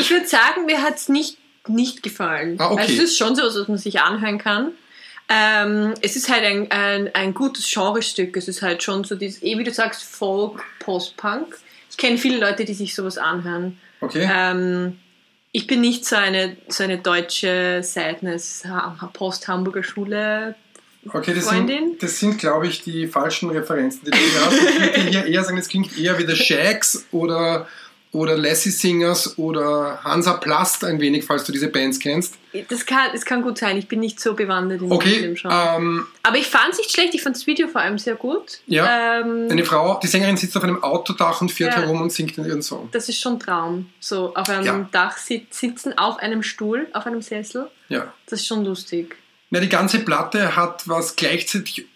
[SPEAKER 4] Ich würde sagen, mir hat es nicht, nicht gefallen.
[SPEAKER 3] Ah, okay.
[SPEAKER 4] Also es ist schon so, dass man sich anhören kann. Ähm, es ist halt ein, ein, ein gutes Genrestück. Es ist halt schon so dieses, eh wie du sagst, Folk, Post-Punk. Ich kenne viele Leute, die sich sowas anhören.
[SPEAKER 3] Okay.
[SPEAKER 4] Ähm, ich bin nicht so eine, so eine deutsche Sadness, Ha- Post-Hamburger Schule.
[SPEAKER 3] Okay, das
[SPEAKER 4] Freundin?
[SPEAKER 3] sind, das sind glaube ich, die falschen Referenzen, die du hier hast. Ich würde hier eher sagen, es klingt eher wie The Shacks oder, oder Lassie Singers oder Hansa Plast ein wenig, falls du diese Bands kennst.
[SPEAKER 4] Das kann, das kann gut sein. Ich bin nicht so bewandert Mhm, in
[SPEAKER 3] Okay,
[SPEAKER 4] dem Genre.
[SPEAKER 3] ähm,
[SPEAKER 4] Aber ich fand es nicht schlecht. Ich fand das Video vor allem sehr gut.
[SPEAKER 3] Ja.
[SPEAKER 4] Ähm,
[SPEAKER 3] eine Frau, die Sängerin sitzt auf einem Autodach und fährt
[SPEAKER 4] Ja.
[SPEAKER 3] herum und singt in ihren Song.
[SPEAKER 4] Das ist schon ein Traum. So auf einem
[SPEAKER 3] Ja.
[SPEAKER 4] Dach sit sitzen, auf einem Stuhl, auf einem Sessel.
[SPEAKER 3] Ja.
[SPEAKER 4] Das ist schon lustig.
[SPEAKER 3] Na, die ganze Platte hat was gleichzeitig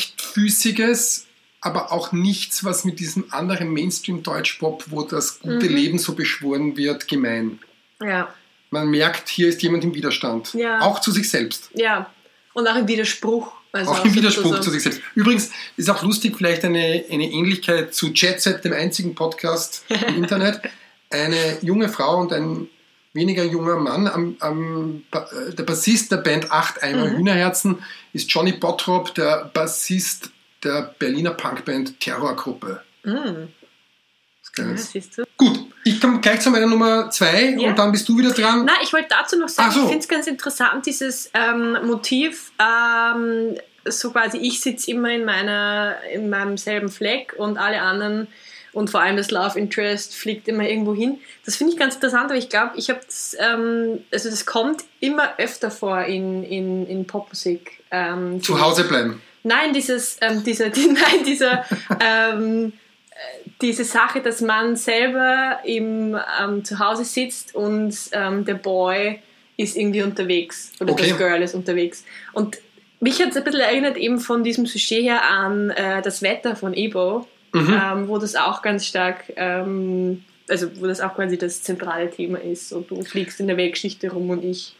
[SPEAKER 3] leichtfüßiges, aber auch nichts, was mit diesem anderen Mainstream-Deutschpop, wo das gute
[SPEAKER 4] Mhm.
[SPEAKER 3] Leben so beschworen wird, gemein.
[SPEAKER 4] Ja.
[SPEAKER 3] Man merkt, hier ist jemand im Widerstand.
[SPEAKER 4] Ja.
[SPEAKER 3] Auch zu sich selbst.
[SPEAKER 4] Ja. Und auch im Widerspruch. Also
[SPEAKER 3] auch im
[SPEAKER 4] so-
[SPEAKER 3] Widerspruch
[SPEAKER 4] so-
[SPEAKER 3] zu sich selbst. Übrigens ist auch lustig, vielleicht eine, eine Ähnlichkeit zu Jet Set, dem einzigen Podcast im Internet. Eine junge Frau und ein weniger junger Mann, am, am, Ba- äh, der Bassist der Band Acht Eimer
[SPEAKER 4] Mhm.
[SPEAKER 3] Hühnerherzen, ist Johnny Bottrop, der Bassist der Berliner Punkband Terrorgruppe.
[SPEAKER 4] Mm.
[SPEAKER 3] Das
[SPEAKER 4] Ja,
[SPEAKER 3] Kleines.
[SPEAKER 4] siehst du?
[SPEAKER 3] Gut, ich komme gleich zu meiner Nummer zwei
[SPEAKER 4] Ja.
[SPEAKER 3] und dann bist du wieder dran.
[SPEAKER 4] Na, ich wollte dazu noch sagen,
[SPEAKER 3] Ähm, Ach so.
[SPEAKER 4] ich finde es ganz interessant, dieses ähm, Motiv, ähm, so quasi ich sitze immer in, meiner, in meinem selben Fleck und alle anderen und vor allem das Love Interest fliegt immer irgendwo hin. Das finde ich ganz interessant, aber ich glaube, ich habe das, ähm, also das kommt immer öfter vor in, in, in Popmusik. Ähm,
[SPEAKER 3] Zu Hause bleiben.
[SPEAKER 4] Nein, dieses, ähm, dieser, die, nein, dieser, ähm, äh, diese Sache, dass man selber im ähm, zu Hause sitzt und ähm, der Boy ist irgendwie unterwegs oder
[SPEAKER 3] Okay.
[SPEAKER 4] das Girl ist unterwegs. Und mich hat es ein bisschen erinnert eben von diesem Sujet her an äh, das Wetter von Ebo, ähm, wo das auch ganz stark, ähm, also wo das auch quasi das zentrale Thema ist. Und du fliegst in der Weltgeschichte rum und ich,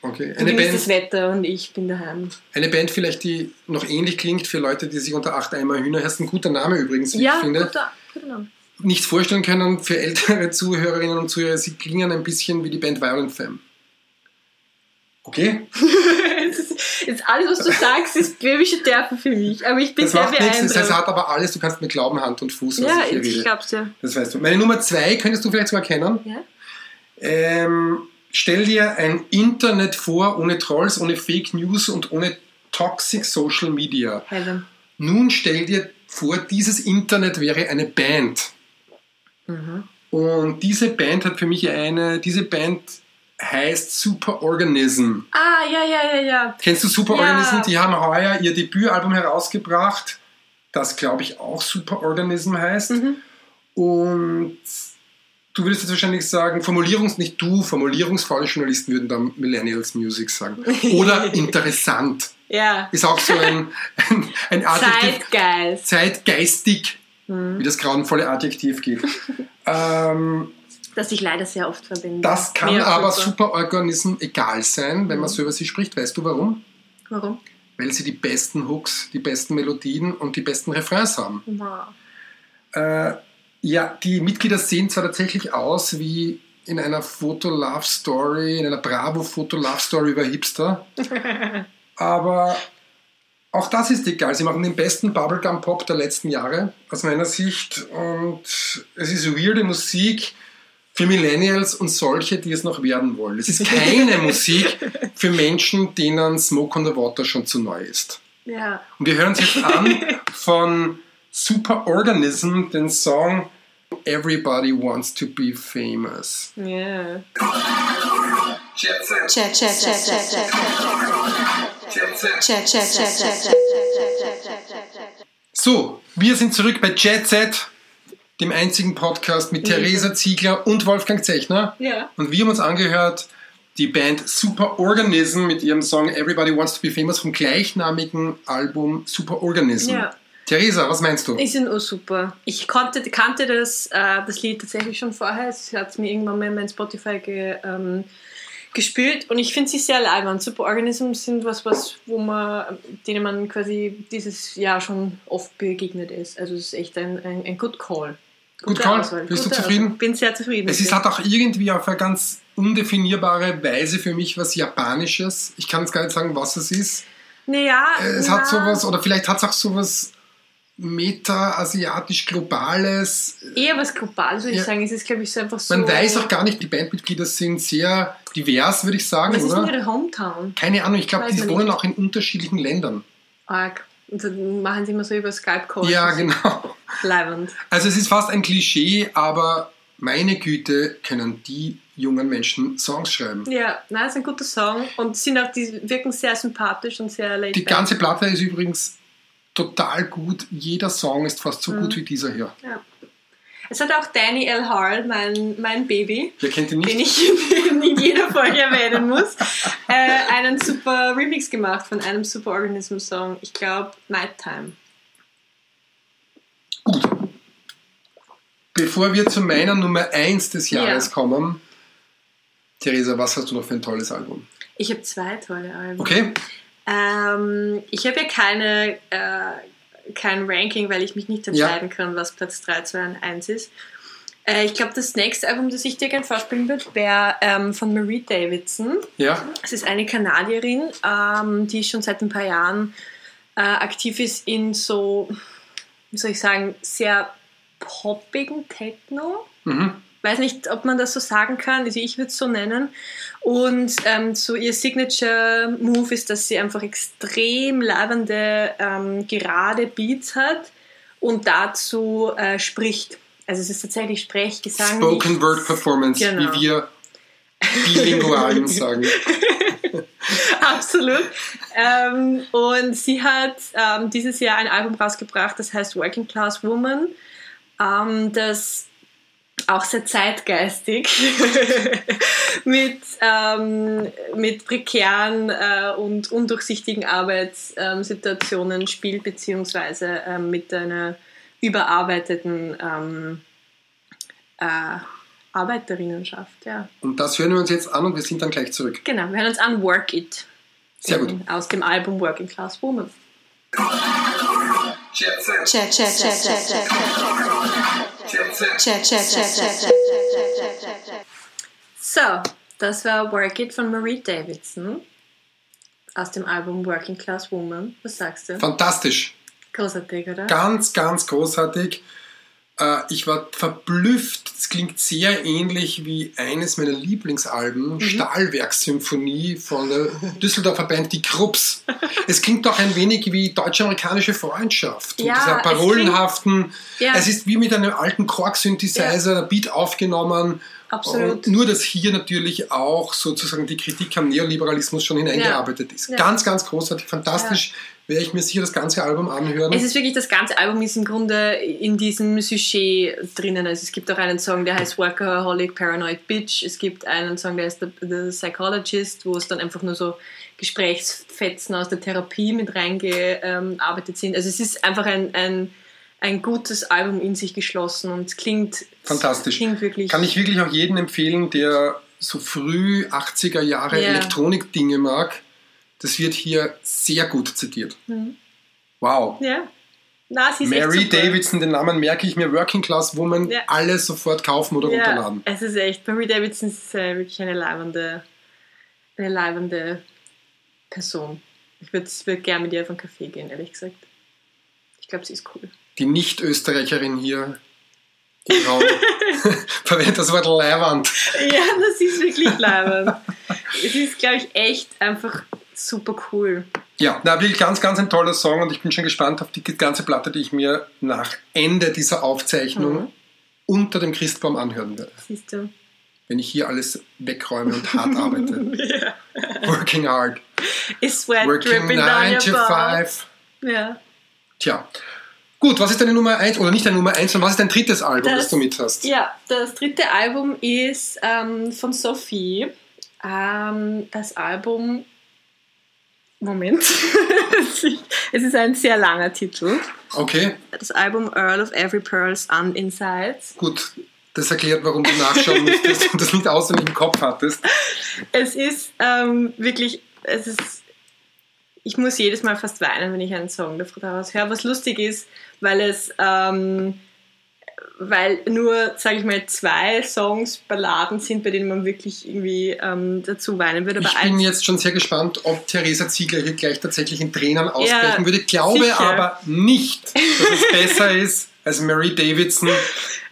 [SPEAKER 3] Okay.
[SPEAKER 4] du genießt das Wetter und ich bin daheim.
[SPEAKER 3] Eine Band vielleicht, die noch ähnlich klingt für Leute, die sich unter acht Eimer Hühner, heißt ein guter Name übrigens, wie
[SPEAKER 4] Ja, genau.
[SPEAKER 3] ich finde,
[SPEAKER 4] guter, guter Name.
[SPEAKER 3] nichts vorstellen können für ältere Zuhörerinnen und Zuhörer, sie klingen ein bisschen wie die Band Violent Femme. Okay,
[SPEAKER 4] Es ist, ist alles, was du sagst, ist böhmische Derbe für mich. Aber ich bin
[SPEAKER 3] das
[SPEAKER 4] sehr
[SPEAKER 3] macht nichts, das heißt,
[SPEAKER 4] beeindruckt.
[SPEAKER 3] es hat aber alles, du kannst mir glauben, Hand und Fuß, was
[SPEAKER 4] ja,
[SPEAKER 3] ich hier
[SPEAKER 4] ich,
[SPEAKER 3] rede.
[SPEAKER 4] glaub's ja.
[SPEAKER 3] Das weißt du. Meine Nummer zwei könntest du vielleicht sogar kennen.
[SPEAKER 4] Ja.
[SPEAKER 3] Ähm, stell dir ein Internet vor, ohne Trolls, ohne Fake News und ohne Toxic Social Media.
[SPEAKER 4] Heaven.
[SPEAKER 3] Nun stell dir vor, dieses Internet wäre eine Band. Und diese Band hat für mich eine, diese Band heißt Superorganism.
[SPEAKER 4] Ah, ja, ja, ja, ja.
[SPEAKER 3] Kennst du Superorganism?
[SPEAKER 4] Ja.
[SPEAKER 3] Die haben heuer ihr Debütalbum herausgebracht, das glaube ich auch Superorganism heißt. Und du würdest jetzt wahrscheinlich sagen, Formulierungs, nicht du, formulierungsfaule Journalisten würden dann Millennials Music sagen. Oder interessant.
[SPEAKER 4] Ja.
[SPEAKER 3] Ist auch so ein, ein, ein Adjektiv,
[SPEAKER 4] Zeitgeist.
[SPEAKER 3] zeitgeistig, wie das grauenvolle Adjektiv geht. ähm,
[SPEAKER 4] Das ich leider sehr oft verbinde.
[SPEAKER 3] das kann
[SPEAKER 4] Mehr
[SPEAKER 3] aber
[SPEAKER 4] Kultur.
[SPEAKER 3] Superorganism egal sein, wenn man so über sie spricht. Weißt du warum?
[SPEAKER 4] Warum?
[SPEAKER 3] Weil sie die besten Hooks, die besten Melodien und die besten Refrains haben.
[SPEAKER 4] Wow.
[SPEAKER 3] Äh, ja, die Mitglieder sehen zwar tatsächlich aus wie in einer Foto-Love-Story, in einer Bravo-Foto-Love-Story über Hipster, aber auch das ist egal. Sie machen den besten Bubblegum-Pop der letzten Jahre, aus meiner Sicht, und es ist weirde Musik für Millennials und solche, die es noch werden wollen. Es ist keine Musik für Menschen, denen Smoke on the Water schon zu neu ist.
[SPEAKER 4] Ja.
[SPEAKER 3] Und wir hören uns jetzt an von Superorganism, den Song Everybody Wants to Be Famous.
[SPEAKER 4] Ja.
[SPEAKER 1] Jet set.
[SPEAKER 2] check check check check check
[SPEAKER 1] Jet set.
[SPEAKER 2] check check check
[SPEAKER 3] So, wir sind zurück bei Jet Set, dem einzigen Podcast mit Theresa Ziegler und Wolfgang Zechner.
[SPEAKER 4] Ja.
[SPEAKER 3] Und wir haben uns angehört die Band Superorganism mit ihrem Song Everybody Wants to Be Famous vom gleichnamigen Album Superorganism.
[SPEAKER 4] Ja.
[SPEAKER 3] Theresa, was meinst du?
[SPEAKER 4] Ich sind auch super. Ich konnte, kannte das, äh, das Lied tatsächlich schon vorher. Es hat mir irgendwann mal in mein Spotify ge, ähm, gespielt und ich finde sie sehr leibend. Superorganisms sind was, was, wo man, denen man quasi dieses Jahr schon oft begegnet ist. Also es ist echt ein, ein, ein Good Call.
[SPEAKER 3] Good
[SPEAKER 4] Gute
[SPEAKER 3] call.
[SPEAKER 4] Auswahl.
[SPEAKER 3] Bist du
[SPEAKER 4] Gute
[SPEAKER 3] zufrieden?
[SPEAKER 4] Auswahl. Bin sehr zufrieden.
[SPEAKER 3] Es
[SPEAKER 4] mit
[SPEAKER 3] ist,
[SPEAKER 4] dem.
[SPEAKER 3] hat auch irgendwie auf eine ganz undefinierbare Weise für mich was Japanisches. Ich kann es gar nicht sagen, was es ist.
[SPEAKER 4] naja,
[SPEAKER 3] Äh, Es
[SPEAKER 4] na,
[SPEAKER 3] hat sowas, oder vielleicht hat es auch sowas meta-asiatisch-globales.
[SPEAKER 4] Eher was Globales, würde
[SPEAKER 3] Ja.
[SPEAKER 4] ich sagen. Es ist, glaube ich, so einfach so.
[SPEAKER 3] Man weiß auch gar nicht, die Bandmitglieder sind sehr divers, würde ich sagen,
[SPEAKER 4] Was ist denn
[SPEAKER 3] oder?
[SPEAKER 4] ihre Hometown?
[SPEAKER 3] Keine Ahnung, ich glaube,
[SPEAKER 4] Weiß
[SPEAKER 3] die
[SPEAKER 4] man
[SPEAKER 3] wohnen
[SPEAKER 4] nicht.
[SPEAKER 3] auch in unterschiedlichen Ländern.
[SPEAKER 4] Arg. Und dann machen sie immer so über Skype-Calls.
[SPEAKER 3] Ja,
[SPEAKER 4] Das ist
[SPEAKER 3] genau.
[SPEAKER 4] Leibend.
[SPEAKER 3] Also es ist fast ein Klischee, aber meine Güte, können die jungen Menschen Songs schreiben.
[SPEAKER 4] Ja, nein, ist ein guter Song. Und sind auch, die wirken sehr sympathisch und sehr laid
[SPEAKER 3] Die
[SPEAKER 4] back.
[SPEAKER 3] ganze Platte ist übrigens total gut. Jeder Song ist fast so
[SPEAKER 4] Mhm.
[SPEAKER 3] gut wie dieser hier.
[SPEAKER 4] Es hat auch Danny L. Hall, mein, mein Baby,
[SPEAKER 3] Wer kennt ihn
[SPEAKER 4] den
[SPEAKER 3] nicht?
[SPEAKER 4] ich in in jeder Folge erwähnen muss, äh, einen super Remix gemacht von einem Super Organism Song. Ich glaube, Nighttime.
[SPEAKER 3] Gut. Bevor wir zu meiner Nummer 1 des
[SPEAKER 4] Ja.
[SPEAKER 3] Jahres kommen, Theresa, was hast du noch für ein tolles Album?
[SPEAKER 4] Ich habe zwei tolle Alben.
[SPEAKER 3] Okay,
[SPEAKER 4] Ähm, ich habe ja keine, äh, kein Ranking, weil ich mich nicht entscheiden kann, was Platz 3, 2 und 1 ist. Äh, ich glaube, das nächste Album, das ich dir gerne vorspielen würde, wäre ähm, von Marie Davidson.
[SPEAKER 3] ja.
[SPEAKER 4] Es ist eine Kanadierin, ähm, die schon seit ein paar Jahren äh, aktiv ist in so, wie soll ich sagen, sehr poppigen Techno
[SPEAKER 3] Mhm.
[SPEAKER 4] weiß nicht, ob man das so sagen kann, also ich würde es so nennen. Und ähm, so ihr Signature-Move ist, dass sie einfach extrem labende, ähm, gerade Beats hat und dazu äh, spricht. Also es ist tatsächlich Sprechgesang.
[SPEAKER 3] Spoken
[SPEAKER 4] nicht-
[SPEAKER 3] Word Performance,
[SPEAKER 4] Genau.
[SPEAKER 3] wie wir Bilingualen sagen.
[SPEAKER 4] Absolut. Ähm, und sie hat ähm, dieses Jahr ein Album rausgebracht, das heißt Working Class Woman, ähm, das auch sehr zeitgeistig mit, ähm, mit prekären äh, und undurchsichtigen Arbeitssituationen spielt, beziehungsweise ähm, mit einer überarbeiteten ähm, äh, Arbeiterinnenschaft. Ja.
[SPEAKER 3] Und das hören wir uns jetzt an und wir sind dann gleich zurück.
[SPEAKER 4] Genau, wir hören uns an Work It.
[SPEAKER 3] Sehr gut.
[SPEAKER 4] Äh, Aus dem Album Working Class Woman.
[SPEAKER 1] Jet set.
[SPEAKER 2] check check check check check
[SPEAKER 1] Jet set.
[SPEAKER 2] check check check check check
[SPEAKER 4] So, das war Work It von Marie Davidson. Aus dem Album Working Class Woman. Was sagst du?
[SPEAKER 3] Fantastisch.
[SPEAKER 4] Großartig, oder?
[SPEAKER 3] ganz, ganz großartig. Äh, Ich war verblüfft. Es klingt sehr ähnlich wie eines meiner
[SPEAKER 4] Mhm.
[SPEAKER 3] Lieblingsalben, Stahlwerkssymphonie von der Düsseldorfer Band Die Krups. Es klingt auch ein wenig wie deutsch-amerikanische Freundschaft. mit
[SPEAKER 4] Ja,
[SPEAKER 3] dieser
[SPEAKER 4] es
[SPEAKER 3] parolenhaften. Es,
[SPEAKER 4] Ja.
[SPEAKER 3] ist wie mit einem alten Korg-Synthesizer, der Beat aufgenommen. Und
[SPEAKER 4] Absolut.
[SPEAKER 3] nur, dass hier natürlich auch sozusagen die Kritik am Neoliberalismus schon hineingearbeitet ist.
[SPEAKER 4] Ja.
[SPEAKER 3] Ganz, ganz großartig, fantastisch. Werde ich mir sicher das ganze Album anhören.
[SPEAKER 4] Es ist wirklich, das ganze Album ist im Grunde in diesem Sujet drinnen. Also es gibt auch einen Song, der heißt Workaholic Paranoid Bitch. Es gibt einen Song, der heißt The, The Psychologist, wo es dann einfach nur so Gesprächsfetzen aus der Therapie mit reingearbeitet sind. Also es ist einfach ein, ein, ein gutes Album in sich geschlossen und es klingt
[SPEAKER 3] Fantastisch.
[SPEAKER 4] Klingt wirklich.
[SPEAKER 3] Kann ich wirklich auch jedem empfehlen, der so früh 80er Jahre
[SPEAKER 4] Ja.
[SPEAKER 3] Elektronikdinge mag. Das wird hier sehr gut zitiert.
[SPEAKER 4] Mhm.
[SPEAKER 3] Wow.
[SPEAKER 4] ja. Na, sie ist echt
[SPEAKER 3] Mary
[SPEAKER 4] super.
[SPEAKER 3] Davidson, den Namen merke ich mir, Working Class Woman,
[SPEAKER 4] Ja.
[SPEAKER 3] alle sofort kaufen oder
[SPEAKER 4] Ja,
[SPEAKER 3] runterladen.
[SPEAKER 4] es ist echt. Mary Davidson ist äh, wirklich eine leibende, eine leibende Person. Ich würde würd gerne mit ihr auf einen Kaffee gehen, ehrlich gesagt. Ich glaube, sie ist cool.
[SPEAKER 3] Die Nicht-Österreicherin hier im Raum verwendet das Wort Leihwand.
[SPEAKER 4] Ja, das ist wirklich leibend. es ist, glaube ich, echt einfach super cool.
[SPEAKER 3] Ja, na, wirklich ganz, ganz ein toller Song und ich bin schon gespannt auf die ganze Platte, die ich mir nach Ende dieser Aufzeichnung
[SPEAKER 4] Mhm.
[SPEAKER 3] unter dem Christbaum anhören werde.
[SPEAKER 4] Siehst du?
[SPEAKER 3] wenn ich hier alles wegräume und hart arbeite. Working hard,
[SPEAKER 4] Is sweat
[SPEAKER 3] working
[SPEAKER 4] dripping down
[SPEAKER 3] 9
[SPEAKER 4] your
[SPEAKER 3] to
[SPEAKER 4] back.
[SPEAKER 3] 5.
[SPEAKER 4] Ja.
[SPEAKER 3] Tja. Gut, was ist deine Nummer 1? Oder nicht deine Nummer 1, sondern was ist dein drittes Album, das,
[SPEAKER 4] Das-
[SPEAKER 3] du mit hast?
[SPEAKER 4] ja, das dritte Album ist ähm, von Sophie. Ähm, das Album. Moment. es ist ein sehr langer Titel.
[SPEAKER 3] Okay,
[SPEAKER 4] Das Album Earl of Every Pearl's Uninsides.
[SPEAKER 3] gut. Das erklärt, warum du nachschauen musstest und das nicht auswendig im Kopf hattest.
[SPEAKER 4] Es ist ähm, wirklich. Es ist. Ich muss jedes Mal fast weinen, wenn ich einen Song daraus höre, was lustig ist, weil es. Ähm, weil nur, sage ich mal, zwei Songs Balladen sind, bei denen man wirklich irgendwie ähm, dazu weinen würde.
[SPEAKER 3] Ich
[SPEAKER 4] Aber
[SPEAKER 3] bin
[SPEAKER 4] eins-
[SPEAKER 3] jetzt schon sehr gespannt, ob Theresa Ziegler hier gleich tatsächlich in Tränen ausbrechen
[SPEAKER 4] Ja,
[SPEAKER 3] würde. Glaube
[SPEAKER 4] sicher.
[SPEAKER 3] aber nicht, dass es besser ist als Mary Davidson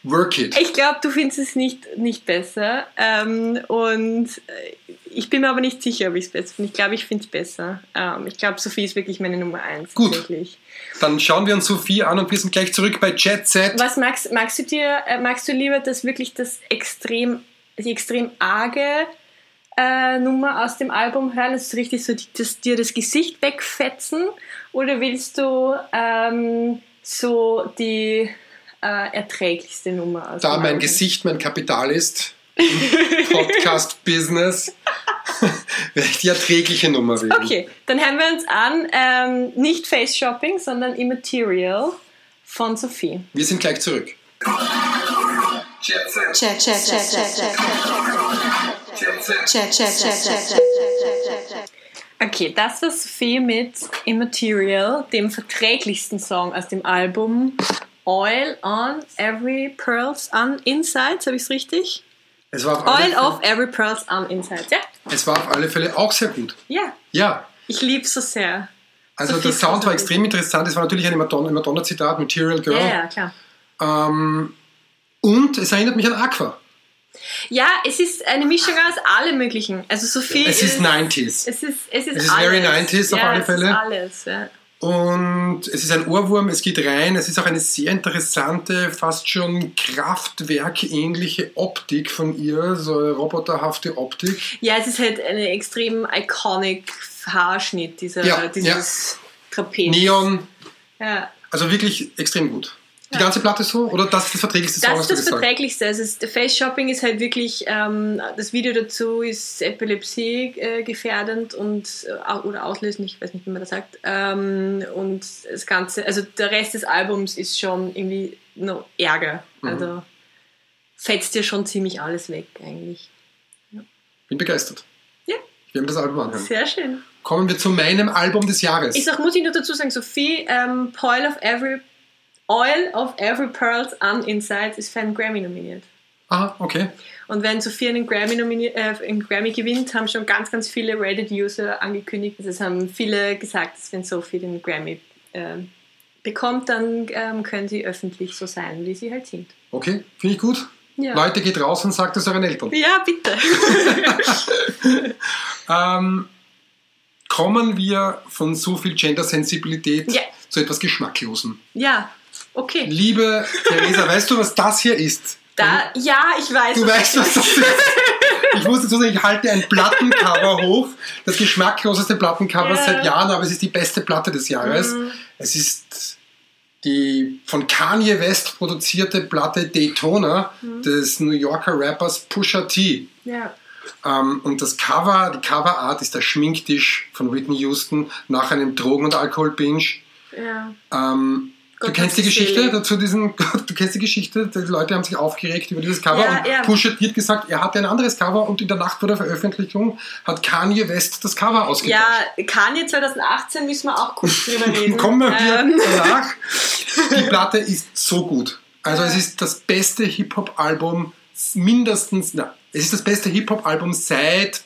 [SPEAKER 3] Work It.
[SPEAKER 4] ich glaube, du findest es nicht, nicht besser. Ähm, und äh, ich bin mir aber nicht sicher, ob ich es besser finde. Ich glaube, ich finde es besser. Ähm, ich glaube, Sophie ist wirklich meine Nummer eins.
[SPEAKER 3] Gut.
[SPEAKER 4] tatsächlich.
[SPEAKER 3] Dann schauen wir uns Sophie an und wir sind gleich zurück bei Jet Set.
[SPEAKER 4] Was magst, magst du dir, äh, magst du lieber das wirklich das extrem, die extrem arge äh, Nummer aus dem Album hören, also so richtig so die, das, dir das Gesicht wegfetzen? Oder willst du ähm, so die äh, erträglichste Nummer aus
[SPEAKER 3] Da
[SPEAKER 4] dem
[SPEAKER 3] mein
[SPEAKER 4] Album?
[SPEAKER 3] Gesicht mein Kapital ist im Podcast-Business, werde ich die erträgliche Nummer wählen.
[SPEAKER 4] Okay, dann hören wir uns an, ähm, nicht Face Shopping, sondern Immaterial von Sophie.
[SPEAKER 3] Wir sind gleich zurück.
[SPEAKER 1] Jet set.
[SPEAKER 2] check check check check check
[SPEAKER 1] Jet set.
[SPEAKER 2] check check check check
[SPEAKER 4] Okay, das war Sophie mit Immaterial, dem verträglichsten Song aus dem Album Oil on Every Pearls on Insides, habe ich es richtig?
[SPEAKER 3] Es war, auf alle
[SPEAKER 4] Oil
[SPEAKER 3] Fälle,
[SPEAKER 4] of Every Pearls on Insides, ja?
[SPEAKER 3] es war auf alle Fälle auch sehr gut.
[SPEAKER 4] Ja,
[SPEAKER 3] Ja,
[SPEAKER 4] ich liebe so sehr.
[SPEAKER 3] also
[SPEAKER 4] Sophie
[SPEAKER 3] der
[SPEAKER 4] ist
[SPEAKER 3] Sound war
[SPEAKER 4] großartig.
[SPEAKER 3] extrem interessant. Es war natürlich ein Madonna- ein Madonna-Zitat, Material Girl.
[SPEAKER 4] Ja, ja, klar.
[SPEAKER 3] Ähm, und es erinnert mich an Aqua.
[SPEAKER 4] Ja, es ist eine Mischung aus allem Möglichen. Also Sophie
[SPEAKER 3] Es ist 90s.
[SPEAKER 4] Es ist, es ist,
[SPEAKER 3] Es ist
[SPEAKER 4] alles.
[SPEAKER 3] very 90s auf
[SPEAKER 4] ja,
[SPEAKER 3] alle
[SPEAKER 4] Es ist
[SPEAKER 3] Fälle.
[SPEAKER 4] alles, ja.
[SPEAKER 3] Und es ist ein Ohrwurm, es geht rein. Es ist auch eine sehr interessante, fast schon Kraftwerk-ähnliche Optik von ihr, so eine roboterhafte Optik.
[SPEAKER 4] Ja, es ist halt ein extrem iconic Haarschnitt, dieser,
[SPEAKER 3] Ja,
[SPEAKER 4] dieses Trapez.
[SPEAKER 3] Neon,
[SPEAKER 4] Ja.
[SPEAKER 3] also wirklich extrem gut. Die ganze Platte ist so? Oder das ist das verträglichste Song,
[SPEAKER 4] Das
[SPEAKER 3] hast
[SPEAKER 4] ist
[SPEAKER 3] du
[SPEAKER 4] das
[SPEAKER 3] gesagt?
[SPEAKER 4] Verträglichste. Also es- Face Shopping ist halt wirklich, ähm, das Video dazu ist Epilepsie äh, gefährdend und äh, au- oder auslösend, ich weiß nicht, wie man das sagt. Ähm, und das Ganze, also der Rest des Albums ist schon irgendwie no, Ärger. Also fetzt dir schon ziemlich alles weg eigentlich.
[SPEAKER 3] Bin begeistert.
[SPEAKER 4] Ja.
[SPEAKER 3] Wir haben das Album anhören.
[SPEAKER 4] Sehr schön.
[SPEAKER 3] Kommen wir zu meinem Album des Jahres.
[SPEAKER 4] Ich sag, muss ich noch dazu sagen, Sophie, ähm, Oil of Every Oil of Every Pearls on Insides ist für einen Grammy nominiert.
[SPEAKER 3] Aha, okay.
[SPEAKER 4] Und wenn Sophie einen Grammy, nomini- äh, einen Grammy gewinnt, haben schon ganz, ganz viele Reddit-User angekündigt. Also es haben viele gesagt, dass wenn Sophie den Grammy ähm, bekommt, dann ähm, können sie öffentlich so sein, wie sie halt sind.
[SPEAKER 3] Okay, finde ich gut.
[SPEAKER 4] Ja.
[SPEAKER 3] Leute, geht raus und sagt es euren Eltern.
[SPEAKER 4] Ja, bitte.
[SPEAKER 3] Ähm, kommen wir von so viel Gender-Sensibilität
[SPEAKER 4] Ja.
[SPEAKER 3] zu etwas Geschmacklosem.
[SPEAKER 4] ja, okay.
[SPEAKER 3] Liebe Theresa, weißt du, was das hier ist?
[SPEAKER 4] Da, ja, ich weiß.
[SPEAKER 3] Du weißt, was das ist. Ich muss dazu sagen, ich halte ein Plattencover hoch. Das geschmackloseste Plattencover
[SPEAKER 4] Ja.
[SPEAKER 3] seit Jahren, aber es ist die beste Platte des Jahres. Es ist die von Kanye West produzierte Platte Daytona des New Yorker Rappers Pusha T.
[SPEAKER 4] Ja.
[SPEAKER 3] Ähm, und das Cover, die Coverart ist der Schminktisch von Whitney Houston nach einem Drogen- und Alkohol-Binge.
[SPEAKER 4] ja.
[SPEAKER 3] Ähm, du
[SPEAKER 4] Gott,
[SPEAKER 3] kennst die
[SPEAKER 4] das ist
[SPEAKER 3] Geschichte
[SPEAKER 4] selig.
[SPEAKER 3] dazu diesen du kennst die Geschichte, die Leute haben sich aufgeregt über dieses Cover
[SPEAKER 4] Ja,
[SPEAKER 3] und
[SPEAKER 4] ja.
[SPEAKER 3] Pusha T hat gesagt, er hatte ein anderes Cover und in der Nacht vor der Veröffentlichung hat Kanye West das Cover ausgetauscht.
[SPEAKER 4] Ja, Kanye 2018 müssen wir auch kurz drüber reden.
[SPEAKER 3] Kommen wir
[SPEAKER 4] Ähm,
[SPEAKER 3] danach. Die Platte ist so gut. Also es ist das beste Hip-Hop-Album mindestens, na, es ist das beste Hip-Hop-Album seit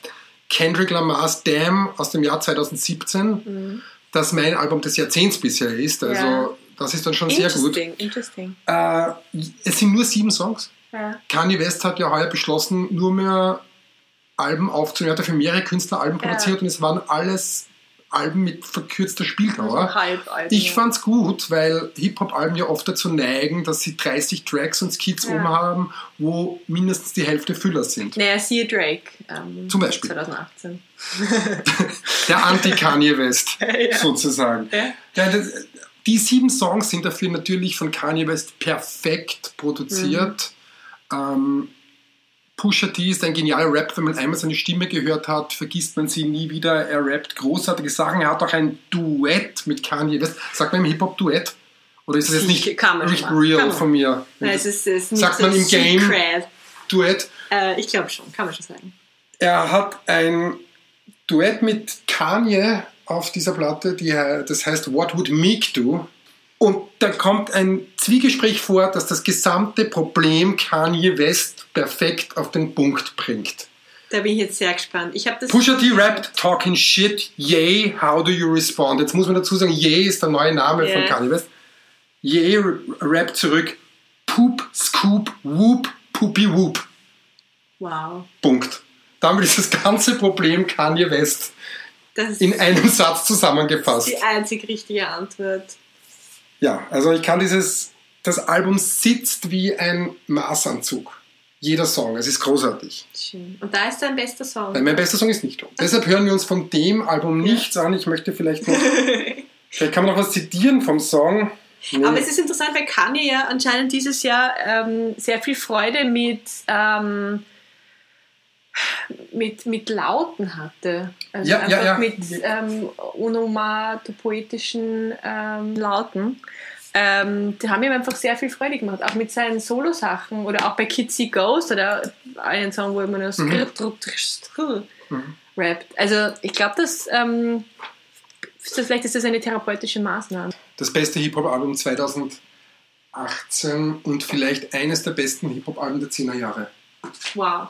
[SPEAKER 3] Kendrick Lamar's Damn aus dem Jahr 2017, das mein Album des Jahrzehnts bisher ist. Also
[SPEAKER 4] Mhm. Ja.
[SPEAKER 3] das ist dann schon sehr gut.
[SPEAKER 4] Interesting, interesting.
[SPEAKER 3] Äh, es sind nur sieben Songs.
[SPEAKER 4] Ja.
[SPEAKER 3] Kanye West hat ja heuer beschlossen, nur mehr Alben aufzunehmen. Er hat ja für mehrere Künstler Alben
[SPEAKER 4] Ja.
[SPEAKER 3] produziert und es waren alles Alben mit verkürzter Spieldauer.
[SPEAKER 4] Also halb alt,
[SPEAKER 3] Ich
[SPEAKER 4] ja.
[SPEAKER 3] fand's gut, weil Hip-Hop-Alben ja oft dazu neigen, dass sie 30 Tracks und Skits
[SPEAKER 4] Ja.
[SPEAKER 3] oben haben, wo mindestens die Hälfte Füller sind.
[SPEAKER 4] Naja, siehe Drake. Ähm,
[SPEAKER 3] Zum Beispiel.
[SPEAKER 4] 2018.
[SPEAKER 3] Der Anti-Kanye West sozusagen.
[SPEAKER 4] Ja.
[SPEAKER 3] Ja, das, die sieben Songs sind dafür natürlich von Kanye West perfekt produziert. Ähm, Pusha T ist ein genialer Rap, wenn man einmal seine Stimme gehört hat, vergisst man sie nie wieder. Er rappt großartige Sachen. Er hat auch ein Duett mit Kanye West. Sagt man im Hip-Hop Duett? Oder ist das jetzt nicht,
[SPEAKER 4] Kann man
[SPEAKER 3] nicht
[SPEAKER 4] machen. Kann
[SPEAKER 3] real
[SPEAKER 4] man.
[SPEAKER 3] von mir?
[SPEAKER 4] Nein, Also es ist, es ist nicht
[SPEAKER 3] Sagt
[SPEAKER 4] so
[SPEAKER 3] man im Game?
[SPEAKER 4] secret.
[SPEAKER 3] Duett.
[SPEAKER 4] Äh, ich glaube schon, kann man schon sagen.
[SPEAKER 3] Er hat ein Duett mit Kanye auf dieser Platte, die, he- das heißt What Would Meek Do? Und da kommt ein Zwiegespräch vor, das das gesamte Problem Kanye West perfekt auf den Punkt bringt.
[SPEAKER 4] Da bin ich jetzt sehr gespannt. Ich habe das.
[SPEAKER 3] Pusha T rappt Talking Shit, Yay, How Do You Respond? Jetzt muss man dazu sagen, Yay ist der neue Name
[SPEAKER 4] Ja.
[SPEAKER 3] von Kanye West. Yay rappt zurück, Poop, Scoop, Whoop, Poopy Whoop.
[SPEAKER 4] Wow.
[SPEAKER 3] Punkt. Damit ist das ganze Problem Kanye West
[SPEAKER 4] Das ist
[SPEAKER 3] in einem Satz zusammengefasst.
[SPEAKER 4] die einzig richtige Antwort.
[SPEAKER 3] Ja, also ich kann dieses, das Album sitzt wie ein Maßanzug. Jeder Song, es ist großartig.
[SPEAKER 4] Schön. Und da ist dein bester Song.
[SPEAKER 3] Nein, mein bester Song ist nicht um. Deshalb hören wir uns von dem Album
[SPEAKER 4] Ja.
[SPEAKER 3] nichts an. Ich möchte vielleicht noch, vielleicht kann man noch was zitieren vom Song. Nee.
[SPEAKER 4] Aber es ist interessant, weil Kanye ja anscheinend dieses Jahr ähm, sehr viel Freude mit, ähm, mit, mit Lauten hatte. Also
[SPEAKER 3] Ja, ja,
[SPEAKER 4] einfach
[SPEAKER 3] ja.
[SPEAKER 4] mit ähm, onomatopoetischen ähm, Lauten. Ähm, die haben ihm einfach sehr viel Freude gemacht, auch mit seinen Solo-Sachen oder auch bei Kitsy Ghost oder einen Song, wo immer nur
[SPEAKER 3] Mhm.
[SPEAKER 4] mhm.
[SPEAKER 3] Mhm.
[SPEAKER 4] rappt. Also ich glaube, dass ähm, vielleicht ist das eine therapeutische Maßnahme.
[SPEAKER 3] das beste Hip-Hop-Album 2018 und vielleicht eines der besten Hip-Hop-Alben der 10er Jahre.
[SPEAKER 4] Wow.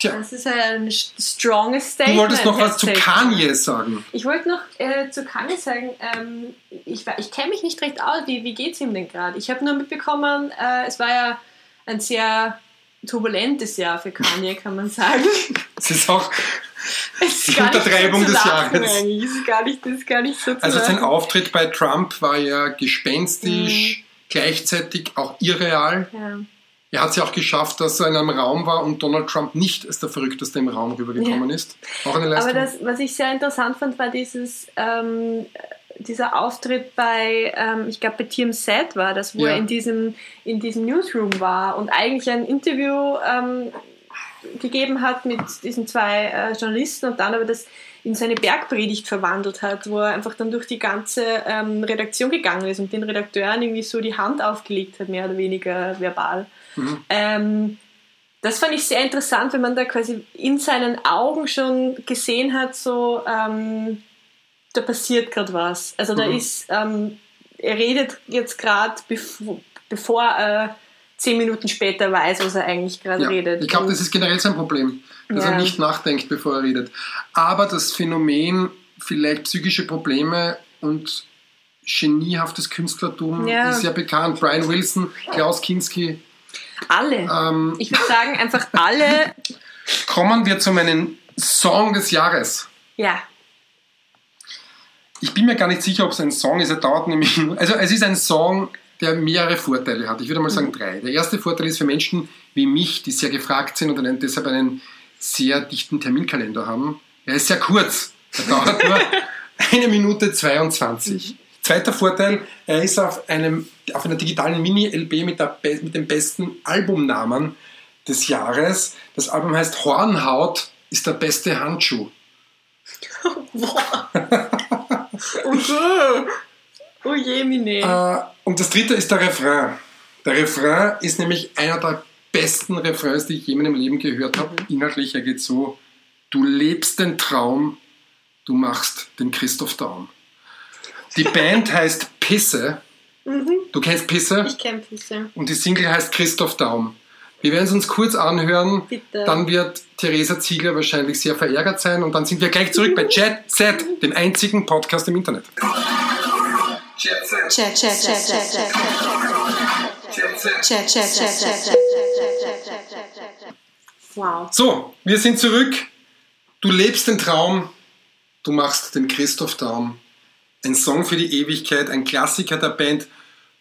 [SPEAKER 3] Tja.
[SPEAKER 4] Das ist ein stronges
[SPEAKER 3] Du
[SPEAKER 4] Statement.
[SPEAKER 3] wolltest noch was zu
[SPEAKER 4] Statement.
[SPEAKER 3] Kanye sagen.
[SPEAKER 4] Ich wollte noch äh, zu Kanye sagen, ähm, ich, we- ich kenne mich nicht recht aus, wie, wie geht es ihm denn gerade? Ich habe nur mitbekommen, äh, es war ja ein sehr turbulentes Jahr für Kanye, kann man sagen.
[SPEAKER 3] Es ist auch,
[SPEAKER 4] Es
[SPEAKER 3] Die
[SPEAKER 4] gar nicht so
[SPEAKER 3] Untertreibung
[SPEAKER 4] zu
[SPEAKER 3] des
[SPEAKER 4] lachen
[SPEAKER 3] Jahres.
[SPEAKER 4] eigentlich. Es Ist gar nicht, das ist gar nicht so zu
[SPEAKER 3] also sein
[SPEAKER 4] lachen.
[SPEAKER 3] Auftritt bei Trump war ja
[SPEAKER 4] Mhm.
[SPEAKER 3] gespenstisch, gleichzeitig auch irreal.
[SPEAKER 4] ja.
[SPEAKER 3] Er hat es ja auch geschafft, dass er in einem Raum war und Donald Trump nicht als der Verrückteste im Raum rübergekommen ist. Auch eine Leistung.
[SPEAKER 4] Aber das, was ich sehr interessant fand, war dieses, ähm, dieser Auftritt bei, ähm, ich glaube bei TMZ war das, wo
[SPEAKER 3] Ja.
[SPEAKER 4] er in diesem, in diesem Newsroom war und eigentlich ein Interview ähm, gegeben hat mit diesen zwei äh, Journalisten und dann aber das in seine Bergpredigt verwandelt hat, wo er einfach dann durch die ganze ähm, Redaktion gegangen ist und den Redakteuren irgendwie so die Hand aufgelegt hat, mehr oder weniger verbal.
[SPEAKER 3] Mhm.
[SPEAKER 4] Ähm, das fand ich sehr interessant, wenn man da quasi in seinen Augen schon gesehen hat, so ähm, da passiert gerade was. Also da
[SPEAKER 3] Mhm.
[SPEAKER 4] ist, ähm, er redet jetzt gerade, bevor, bevor äh, zehn Minuten später weiß, was er eigentlich gerade
[SPEAKER 3] Ja,
[SPEAKER 4] redet.
[SPEAKER 3] Ich glaube,
[SPEAKER 4] Und-
[SPEAKER 3] das ist generell sein Problem, dass
[SPEAKER 4] Ja.
[SPEAKER 3] er nicht nachdenkt, bevor er redet. Aber das Phänomen, vielleicht psychische Probleme und geniehaftes Künstlertum
[SPEAKER 4] Ja.
[SPEAKER 3] ist ja bekannt. Brian Wilson, Klaus Kinski.
[SPEAKER 4] alle.
[SPEAKER 3] Ähm,
[SPEAKER 4] Ich würde sagen, einfach alle,
[SPEAKER 3] kommen wir zu meinem Song des Jahres.
[SPEAKER 4] ja,
[SPEAKER 3] Ich bin mir gar nicht sicher, ob es ein Song ist. Er dauert nämlich. nur- Also, es ist ein Song, der mehrere Vorteile hat. Ich würde mal sagen drei. Der erste Vorteil ist für Menschen wie mich, die sehr gefragt sind und einen, deshalb einen sehr dichten Terminkalender haben. Er ist sehr kurz. Er dauert nur eine Minute 22. Zweiter Vorteil, er ist auf, einem, auf einer digitalen Mini-LP mit, der be- mit dem besten Albumnamen des Jahres. Das Album heißt Hornhaut ist der beste Handschuh.
[SPEAKER 4] Und so. Oh je, Mine.
[SPEAKER 3] Äh, und das dritte ist der Refrain. Der Refrain ist nämlich einer der besten Refrains, die ich je in meinem Leben gehört
[SPEAKER 4] Mhm.
[SPEAKER 3] habe. Inhaltlich er geht so: Du lebst den Traum, du machst den Christoph Daum. Die Band heißt Pisse. Du kennst Pisse?
[SPEAKER 4] Mhm. Ich kenne Pisse.
[SPEAKER 3] Und die Single heißt Christoph Daum. Wir werden es uns kurz anhören.
[SPEAKER 4] Bitte.
[SPEAKER 3] Dann wird Theresa Ziegler wahrscheinlich sehr verärgert sein. Und dann sind wir gleich zurück bei Jet Z, dem einzigen Podcast im Internet.
[SPEAKER 1] Jet set.
[SPEAKER 2] Check, check, check, check, check,
[SPEAKER 1] Jet set.
[SPEAKER 2] check, check, check, check, check, check, check, check.
[SPEAKER 4] Wow.
[SPEAKER 3] So, wir sind zurück. Du lebst den Traum, du machst den Christoph Daum. Ein Song für die Ewigkeit, ein Klassiker der Band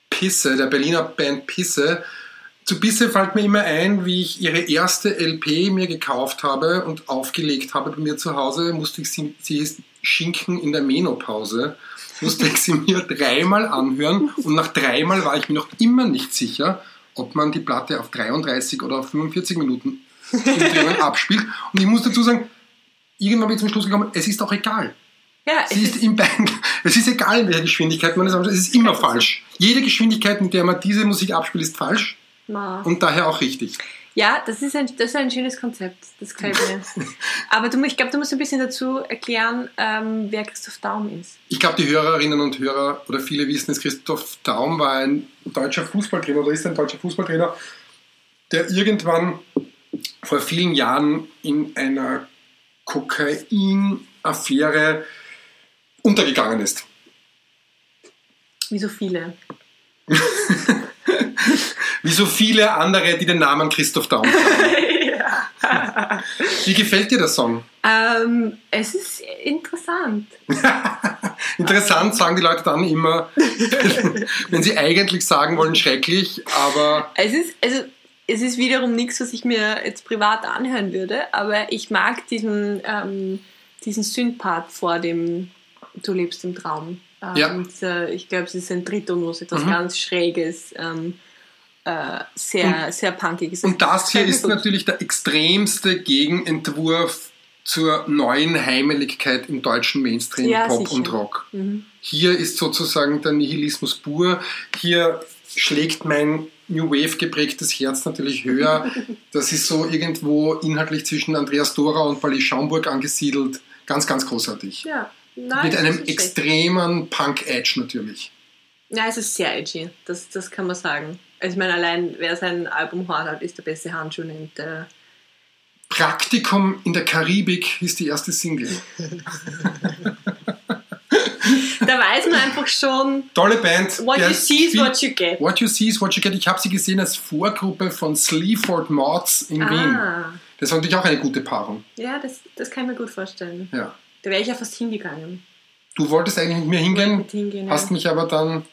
[SPEAKER 3] Pisse, der Berliner Band Pisse. Zu Pisse fällt mir immer ein, wie ich ihre erste LP mir gekauft habe und aufgelegt habe bei mir zu Hause, musste ich sie, sie hieß Schinken in der Menopause, musste ich sie mir dreimal anhören und nach dreimal war ich mir noch immer nicht sicher, ob man die Platte auf 33 oder auf 45 Minuten Umdrehungen abspielt. Und ich muss dazu sagen, irgendwann bin ich zum Schluss gekommen, es ist auch egal.
[SPEAKER 4] Ja,
[SPEAKER 3] Es ist, in beiden, es ist egal, in welcher Geschwindigkeit man es anschaut, es ist immer falsch. Jede Geschwindigkeit, mit der man diese Musik abspielt, ist falsch
[SPEAKER 4] Ma.
[SPEAKER 3] und daher auch richtig.
[SPEAKER 4] Ja, das ist ein, das ist ein schönes Konzept. Das gefällt mir. Aber du, ich glaube, du musst ein bisschen dazu erklären, ähm, wer Christoph Daum ist.
[SPEAKER 3] Ich glaube, die Hörerinnen und Hörer oder viele wissen es, Christoph Daum war ein deutscher Fußballtrainer oder ist ein deutscher Fußballtrainer, der irgendwann vor vielen Jahren in einer Kokainaffäre untergegangen ist.
[SPEAKER 4] Wie so viele.
[SPEAKER 3] Wie so viele andere, die den Namen Christoph Daum haben. Wie gefällt dir der Song?
[SPEAKER 4] Ähm, es ist interessant.
[SPEAKER 3] Interessant sagen die Leute dann immer, wenn sie eigentlich sagen wollen, schrecklich, aber
[SPEAKER 4] Es ist, also, es ist wiederum nichts, was ich mir jetzt privat anhören würde, aber ich mag diesen, ähm, diesen Synth-Part vor dem Du lebst im Traum. Ähm,
[SPEAKER 3] Ja.
[SPEAKER 4] dieser- ich glaube, es ist ein Tritonus, etwas
[SPEAKER 3] Mhm.
[SPEAKER 4] ganz Schräges, ähm, äh, sehr, sehr punkiges.
[SPEAKER 3] Und das hier
[SPEAKER 4] Gefällt mir
[SPEAKER 3] ist
[SPEAKER 4] gut.
[SPEAKER 3] natürlich der extremste Gegenentwurf zur neuen Heimeligkeit im deutschen Mainstream,
[SPEAKER 4] Ja,
[SPEAKER 3] Pop
[SPEAKER 4] sicher.
[SPEAKER 3] und Rock.
[SPEAKER 4] Mhm.
[SPEAKER 3] Hier ist sozusagen der Nihilismus pur. Hier schlägt mein New Wave geprägtes Herz natürlich höher. Das ist so irgendwo inhaltlich zwischen Andreas Dora und Pauli Schaumburg angesiedelt. Ganz, ganz großartig.
[SPEAKER 4] Ja, nein,
[SPEAKER 3] Mit
[SPEAKER 4] es ist
[SPEAKER 3] einem
[SPEAKER 4] nicht schlecht.
[SPEAKER 3] extremen Punk-Edge natürlich.
[SPEAKER 4] Ja, es ist sehr edgy, das, das kann man sagen. Also ich meine, allein wer sein Album hört, hat, ist der beste Handschuh und äh,
[SPEAKER 3] Praktikum in der Karibik ist die erste Single.
[SPEAKER 4] da weiß man einfach schon,
[SPEAKER 3] Tolle Band.
[SPEAKER 4] what
[SPEAKER 3] der
[SPEAKER 4] you see is
[SPEAKER 3] viel-
[SPEAKER 4] what you get.
[SPEAKER 3] What You See is What You Get. Ich habe sie gesehen als Vorgruppe von Sleaford Mods in Wien.
[SPEAKER 4] ah,
[SPEAKER 3] Das war natürlich auch eine gute Paarung.
[SPEAKER 4] ja, das, das kann ich mir gut vorstellen.
[SPEAKER 3] Ja.
[SPEAKER 4] Da wäre ich ja fast hingegangen.
[SPEAKER 3] Du wolltest eigentlich nicht mehr hingehen,
[SPEAKER 4] Mit hingehen,
[SPEAKER 3] Hm. hast
[SPEAKER 4] ja.
[SPEAKER 3] mich aber dann,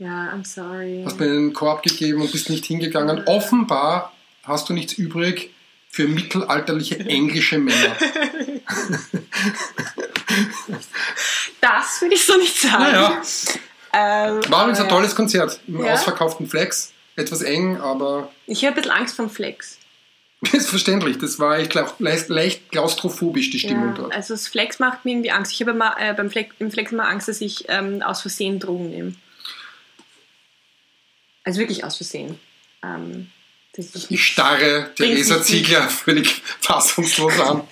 [SPEAKER 4] ja, I'm sorry.
[SPEAKER 3] hast mir einen Korb gegeben und bist nicht hingegangen. Offenbar hast du nichts übrig für mittelalterliche englische Männer.
[SPEAKER 4] Das würde ich so nicht sagen.
[SPEAKER 3] Naja,
[SPEAKER 4] Ähm,
[SPEAKER 3] war übrigens
[SPEAKER 4] aber
[SPEAKER 3] ein tolles Konzert im
[SPEAKER 4] Ja.
[SPEAKER 3] ausverkauften Flex. Etwas eng, aber
[SPEAKER 4] Ich habe ein bisschen Angst vom Flex.
[SPEAKER 3] ist verständlich. Das war, ich glaube, leicht, leicht klaustrophobisch die Stimmung
[SPEAKER 4] ja,
[SPEAKER 3] dort.
[SPEAKER 4] also das Flex macht mir irgendwie Angst. Ich habe immer, äh, beim Flex, im Flex immer Angst, dass ich ähm, aus Versehen Drogen nehme. Also wirklich aus Versehen. Ähm, das ist
[SPEAKER 3] Ich starre Theresa
[SPEAKER 4] Bring's nicht
[SPEAKER 3] Ziegler völlig fassungslos an.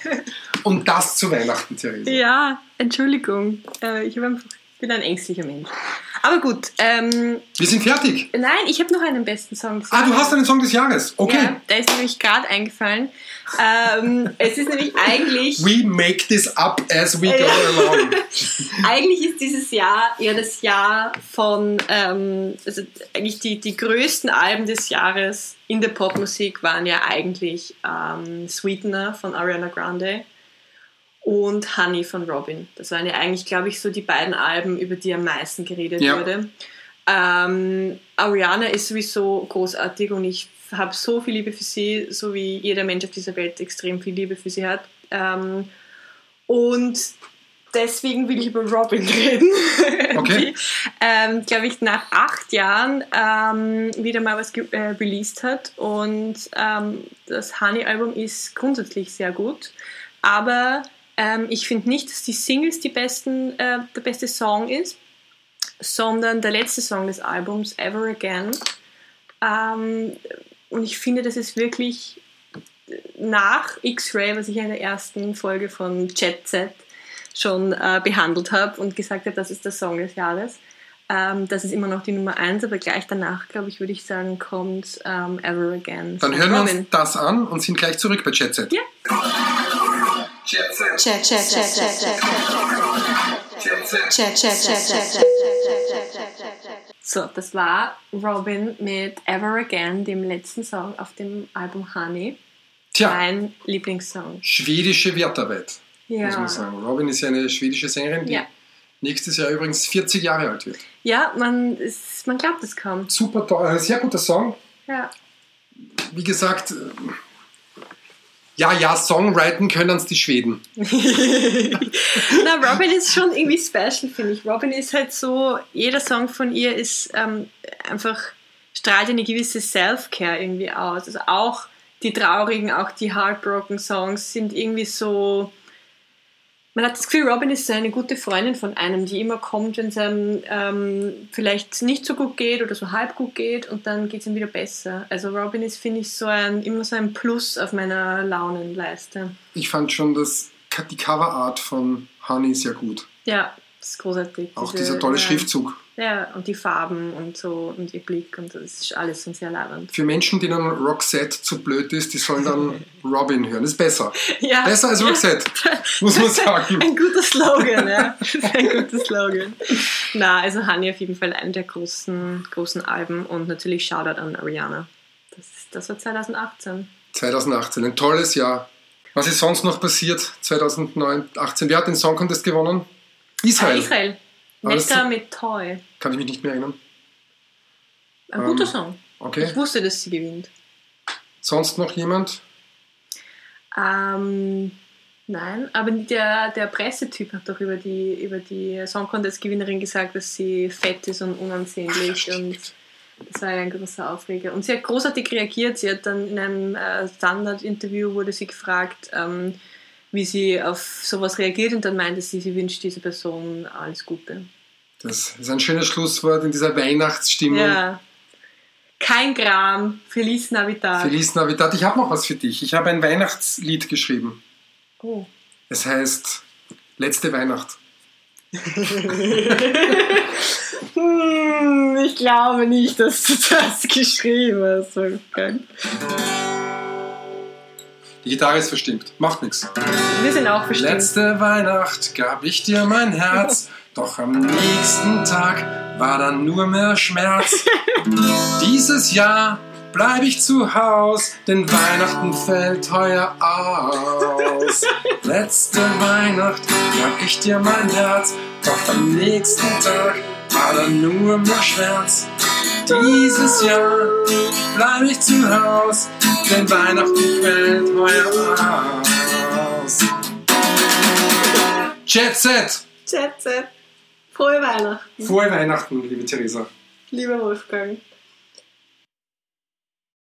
[SPEAKER 3] Und das zu Weihnachten, Theresa.
[SPEAKER 4] ja, Entschuldigung. Äh, ich hab einfach, bin ein ängstlicher Mensch. Aber gut, ähm,
[SPEAKER 3] Wir sind fertig.
[SPEAKER 4] nein, ich habe noch einen besten Song.
[SPEAKER 3] Ah, du hast einen Song des Jahres. Okay.
[SPEAKER 4] Ja, der ist nämlich gerade eingefallen. Ähm, es ist nämlich eigentlich,
[SPEAKER 3] We make this up as we go along.
[SPEAKER 4] eigentlich ist dieses Jahr ja das Jahr von, ähm, also eigentlich die, die größten Alben des Jahres in der Popmusik waren ja eigentlich ähm, Sweetener von Ariana Grande und Honey von Robin. Das waren ja eigentlich, glaube ich, so die beiden Alben, über die am meisten geredet
[SPEAKER 3] Ja.
[SPEAKER 4] wurde. Ähm, Ariana ist sowieso großartig und ich habe so viel Liebe für sie, so wie jeder Mensch auf dieser Welt extrem viel Liebe für sie hat. Ähm, und deswegen will ich über Robin reden.
[SPEAKER 3] Okay.
[SPEAKER 4] die, ähm, glaube ich, nach acht Jahren ähm, wieder mal was ge- äh, released hat. Und ähm, das Honey-Album ist grundsätzlich sehr gut. Aber ähm, ich finde nicht, dass die Singles die besten, äh, der beste Song ist, sondern der letzte Song des Albums, Ever Again. Ähm, und ich finde, das ist wirklich nach X-Ray, was ich in der ersten Folge von Jet Set schon äh, behandelt habe und gesagt habe, das ist der Song des Jahres. Ähm, das ist immer noch die Nummer 1, aber gleich danach, glaube ich, würde ich sagen, kommt ähm, Ever Again.
[SPEAKER 3] Dann
[SPEAKER 4] von
[SPEAKER 3] hören wir
[SPEAKER 4] Robin.
[SPEAKER 3] uns das an und sind gleich zurück bei Jet Set.
[SPEAKER 4] Ja.
[SPEAKER 1] Jet set.
[SPEAKER 2] Check, check, check, check, check,
[SPEAKER 1] Jet set.
[SPEAKER 2] check, check, check, check,
[SPEAKER 4] So, das war Robin mit Ever Again, dem letzten Song auf dem Album Honey.
[SPEAKER 3] Tja,
[SPEAKER 4] Mein Lieblingssong.
[SPEAKER 3] schwedische Wertarbeit, muss
[SPEAKER 4] Ja.
[SPEAKER 3] man sagen. Robin ist ja eine schwedische Sängerin, die
[SPEAKER 4] Ja.
[SPEAKER 3] nächstes Jahr übrigens 40 Jahre alt wird.
[SPEAKER 4] Ja, man, ist, man glaubt es kaum.
[SPEAKER 3] Super toll, ein sehr guter Song.
[SPEAKER 4] Ja.
[SPEAKER 3] Wie gesagt, äh, ja, ja, Songwriten können es die Schweden.
[SPEAKER 4] Na, Robin ist schon irgendwie special, finde ich. Robin ist halt so, jeder Song von ihr ist ähm, einfach, strahlt eine gewisse Self-Care irgendwie aus. Also auch die traurigen, auch die heartbroken Songs sind irgendwie so, man hat das Gefühl, Robin ist so eine gute Freundin von einem, die immer kommt, wenn es einem ähm, vielleicht nicht so gut geht oder so halb gut geht und dann geht es ihm wieder besser. Also Robin ist, finde ich, so ein, immer so ein Plus auf meiner Launenleiste.
[SPEAKER 3] Ich fand schon das, die Coverart von Honey sehr gut.
[SPEAKER 4] Ja, das ist großartig.
[SPEAKER 3] Auch
[SPEAKER 4] Diese-
[SPEAKER 3] dieser tolle
[SPEAKER 4] ja.
[SPEAKER 3] Schriftzug.
[SPEAKER 4] Ja, und die Farben und so und ihr Blick und das ist alles so sehr leibend.
[SPEAKER 3] Für Menschen, denen Roxette zu blöd ist, die sollen dann Robin hören. Das ist besser.
[SPEAKER 4] Ja.
[SPEAKER 3] Besser als Roxette, muss man sagen.
[SPEAKER 4] Ein guter Slogan, ja. Das ist ein guter Slogan. Na, also Honey auf jeden Fall einer der großen, großen Alben und natürlich Shoutout an Ariana. Das, ist- das war 2018.
[SPEAKER 3] 2018, ein tolles Jahr. Was ist sonst noch passiert 2018? Wer hat den Song Contest gewonnen? Israel.
[SPEAKER 4] Ah, Israel.
[SPEAKER 3] Aber das-
[SPEAKER 4] Necker mit Toy.
[SPEAKER 3] Kann ich mich nicht mehr erinnern.
[SPEAKER 4] Ein
[SPEAKER 3] Ähm,
[SPEAKER 4] guter Song.
[SPEAKER 3] Okay.
[SPEAKER 4] Ich wusste, dass sie gewinnt.
[SPEAKER 3] Sonst noch jemand?
[SPEAKER 4] Ähm, nein, aber der, der Pressetyp hat doch über die, über die Song Contest Gewinnerin gesagt, dass sie fett ist und unansehnlich und das war ja ein großer Aufreger. Und sie hat großartig reagiert. Sie hat dann in einem äh, Standard-Interview wurde sie gefragt, ähm, wie sie auf sowas reagiert und dann meinte sie, sie wünscht dieser Person alles Gute.
[SPEAKER 3] Das ist ein schönes Schlusswort in dieser Weihnachtsstimmung.
[SPEAKER 4] Ja. Kein Gram. Feliz Navidad.
[SPEAKER 3] Feliz Navidad. Ich habe noch was für dich. Ich habe ein Weihnachtslied geschrieben.
[SPEAKER 4] oh.
[SPEAKER 3] Es heißt Letzte Weihnacht.
[SPEAKER 4] Hm, ich glaube nicht, dass du das geschrieben hast, Wolfgang.
[SPEAKER 3] Die Gitarre ist verstimmt. Macht nichts.
[SPEAKER 4] Wir sind auch bestimmt.
[SPEAKER 3] Letzte Weihnacht gab ich dir mein Herz, doch am nächsten Tag war dann nur mehr Schmerz. Dieses Jahr bleib ich zu Haus, denn Weihnachten fällt heuer aus. Letzte Weihnacht gab ich dir mein Herz, doch am nächsten Tag war dann nur mehr Schmerz. Dieses Jahr bleib ich zu Haus, denn Weihnachten fällt heuer aus. Jet Set!
[SPEAKER 4] Schätze, frohe Weihnachten,
[SPEAKER 3] Frohe Weihnachten, liebe Theresa.
[SPEAKER 4] lieber Wolfgang.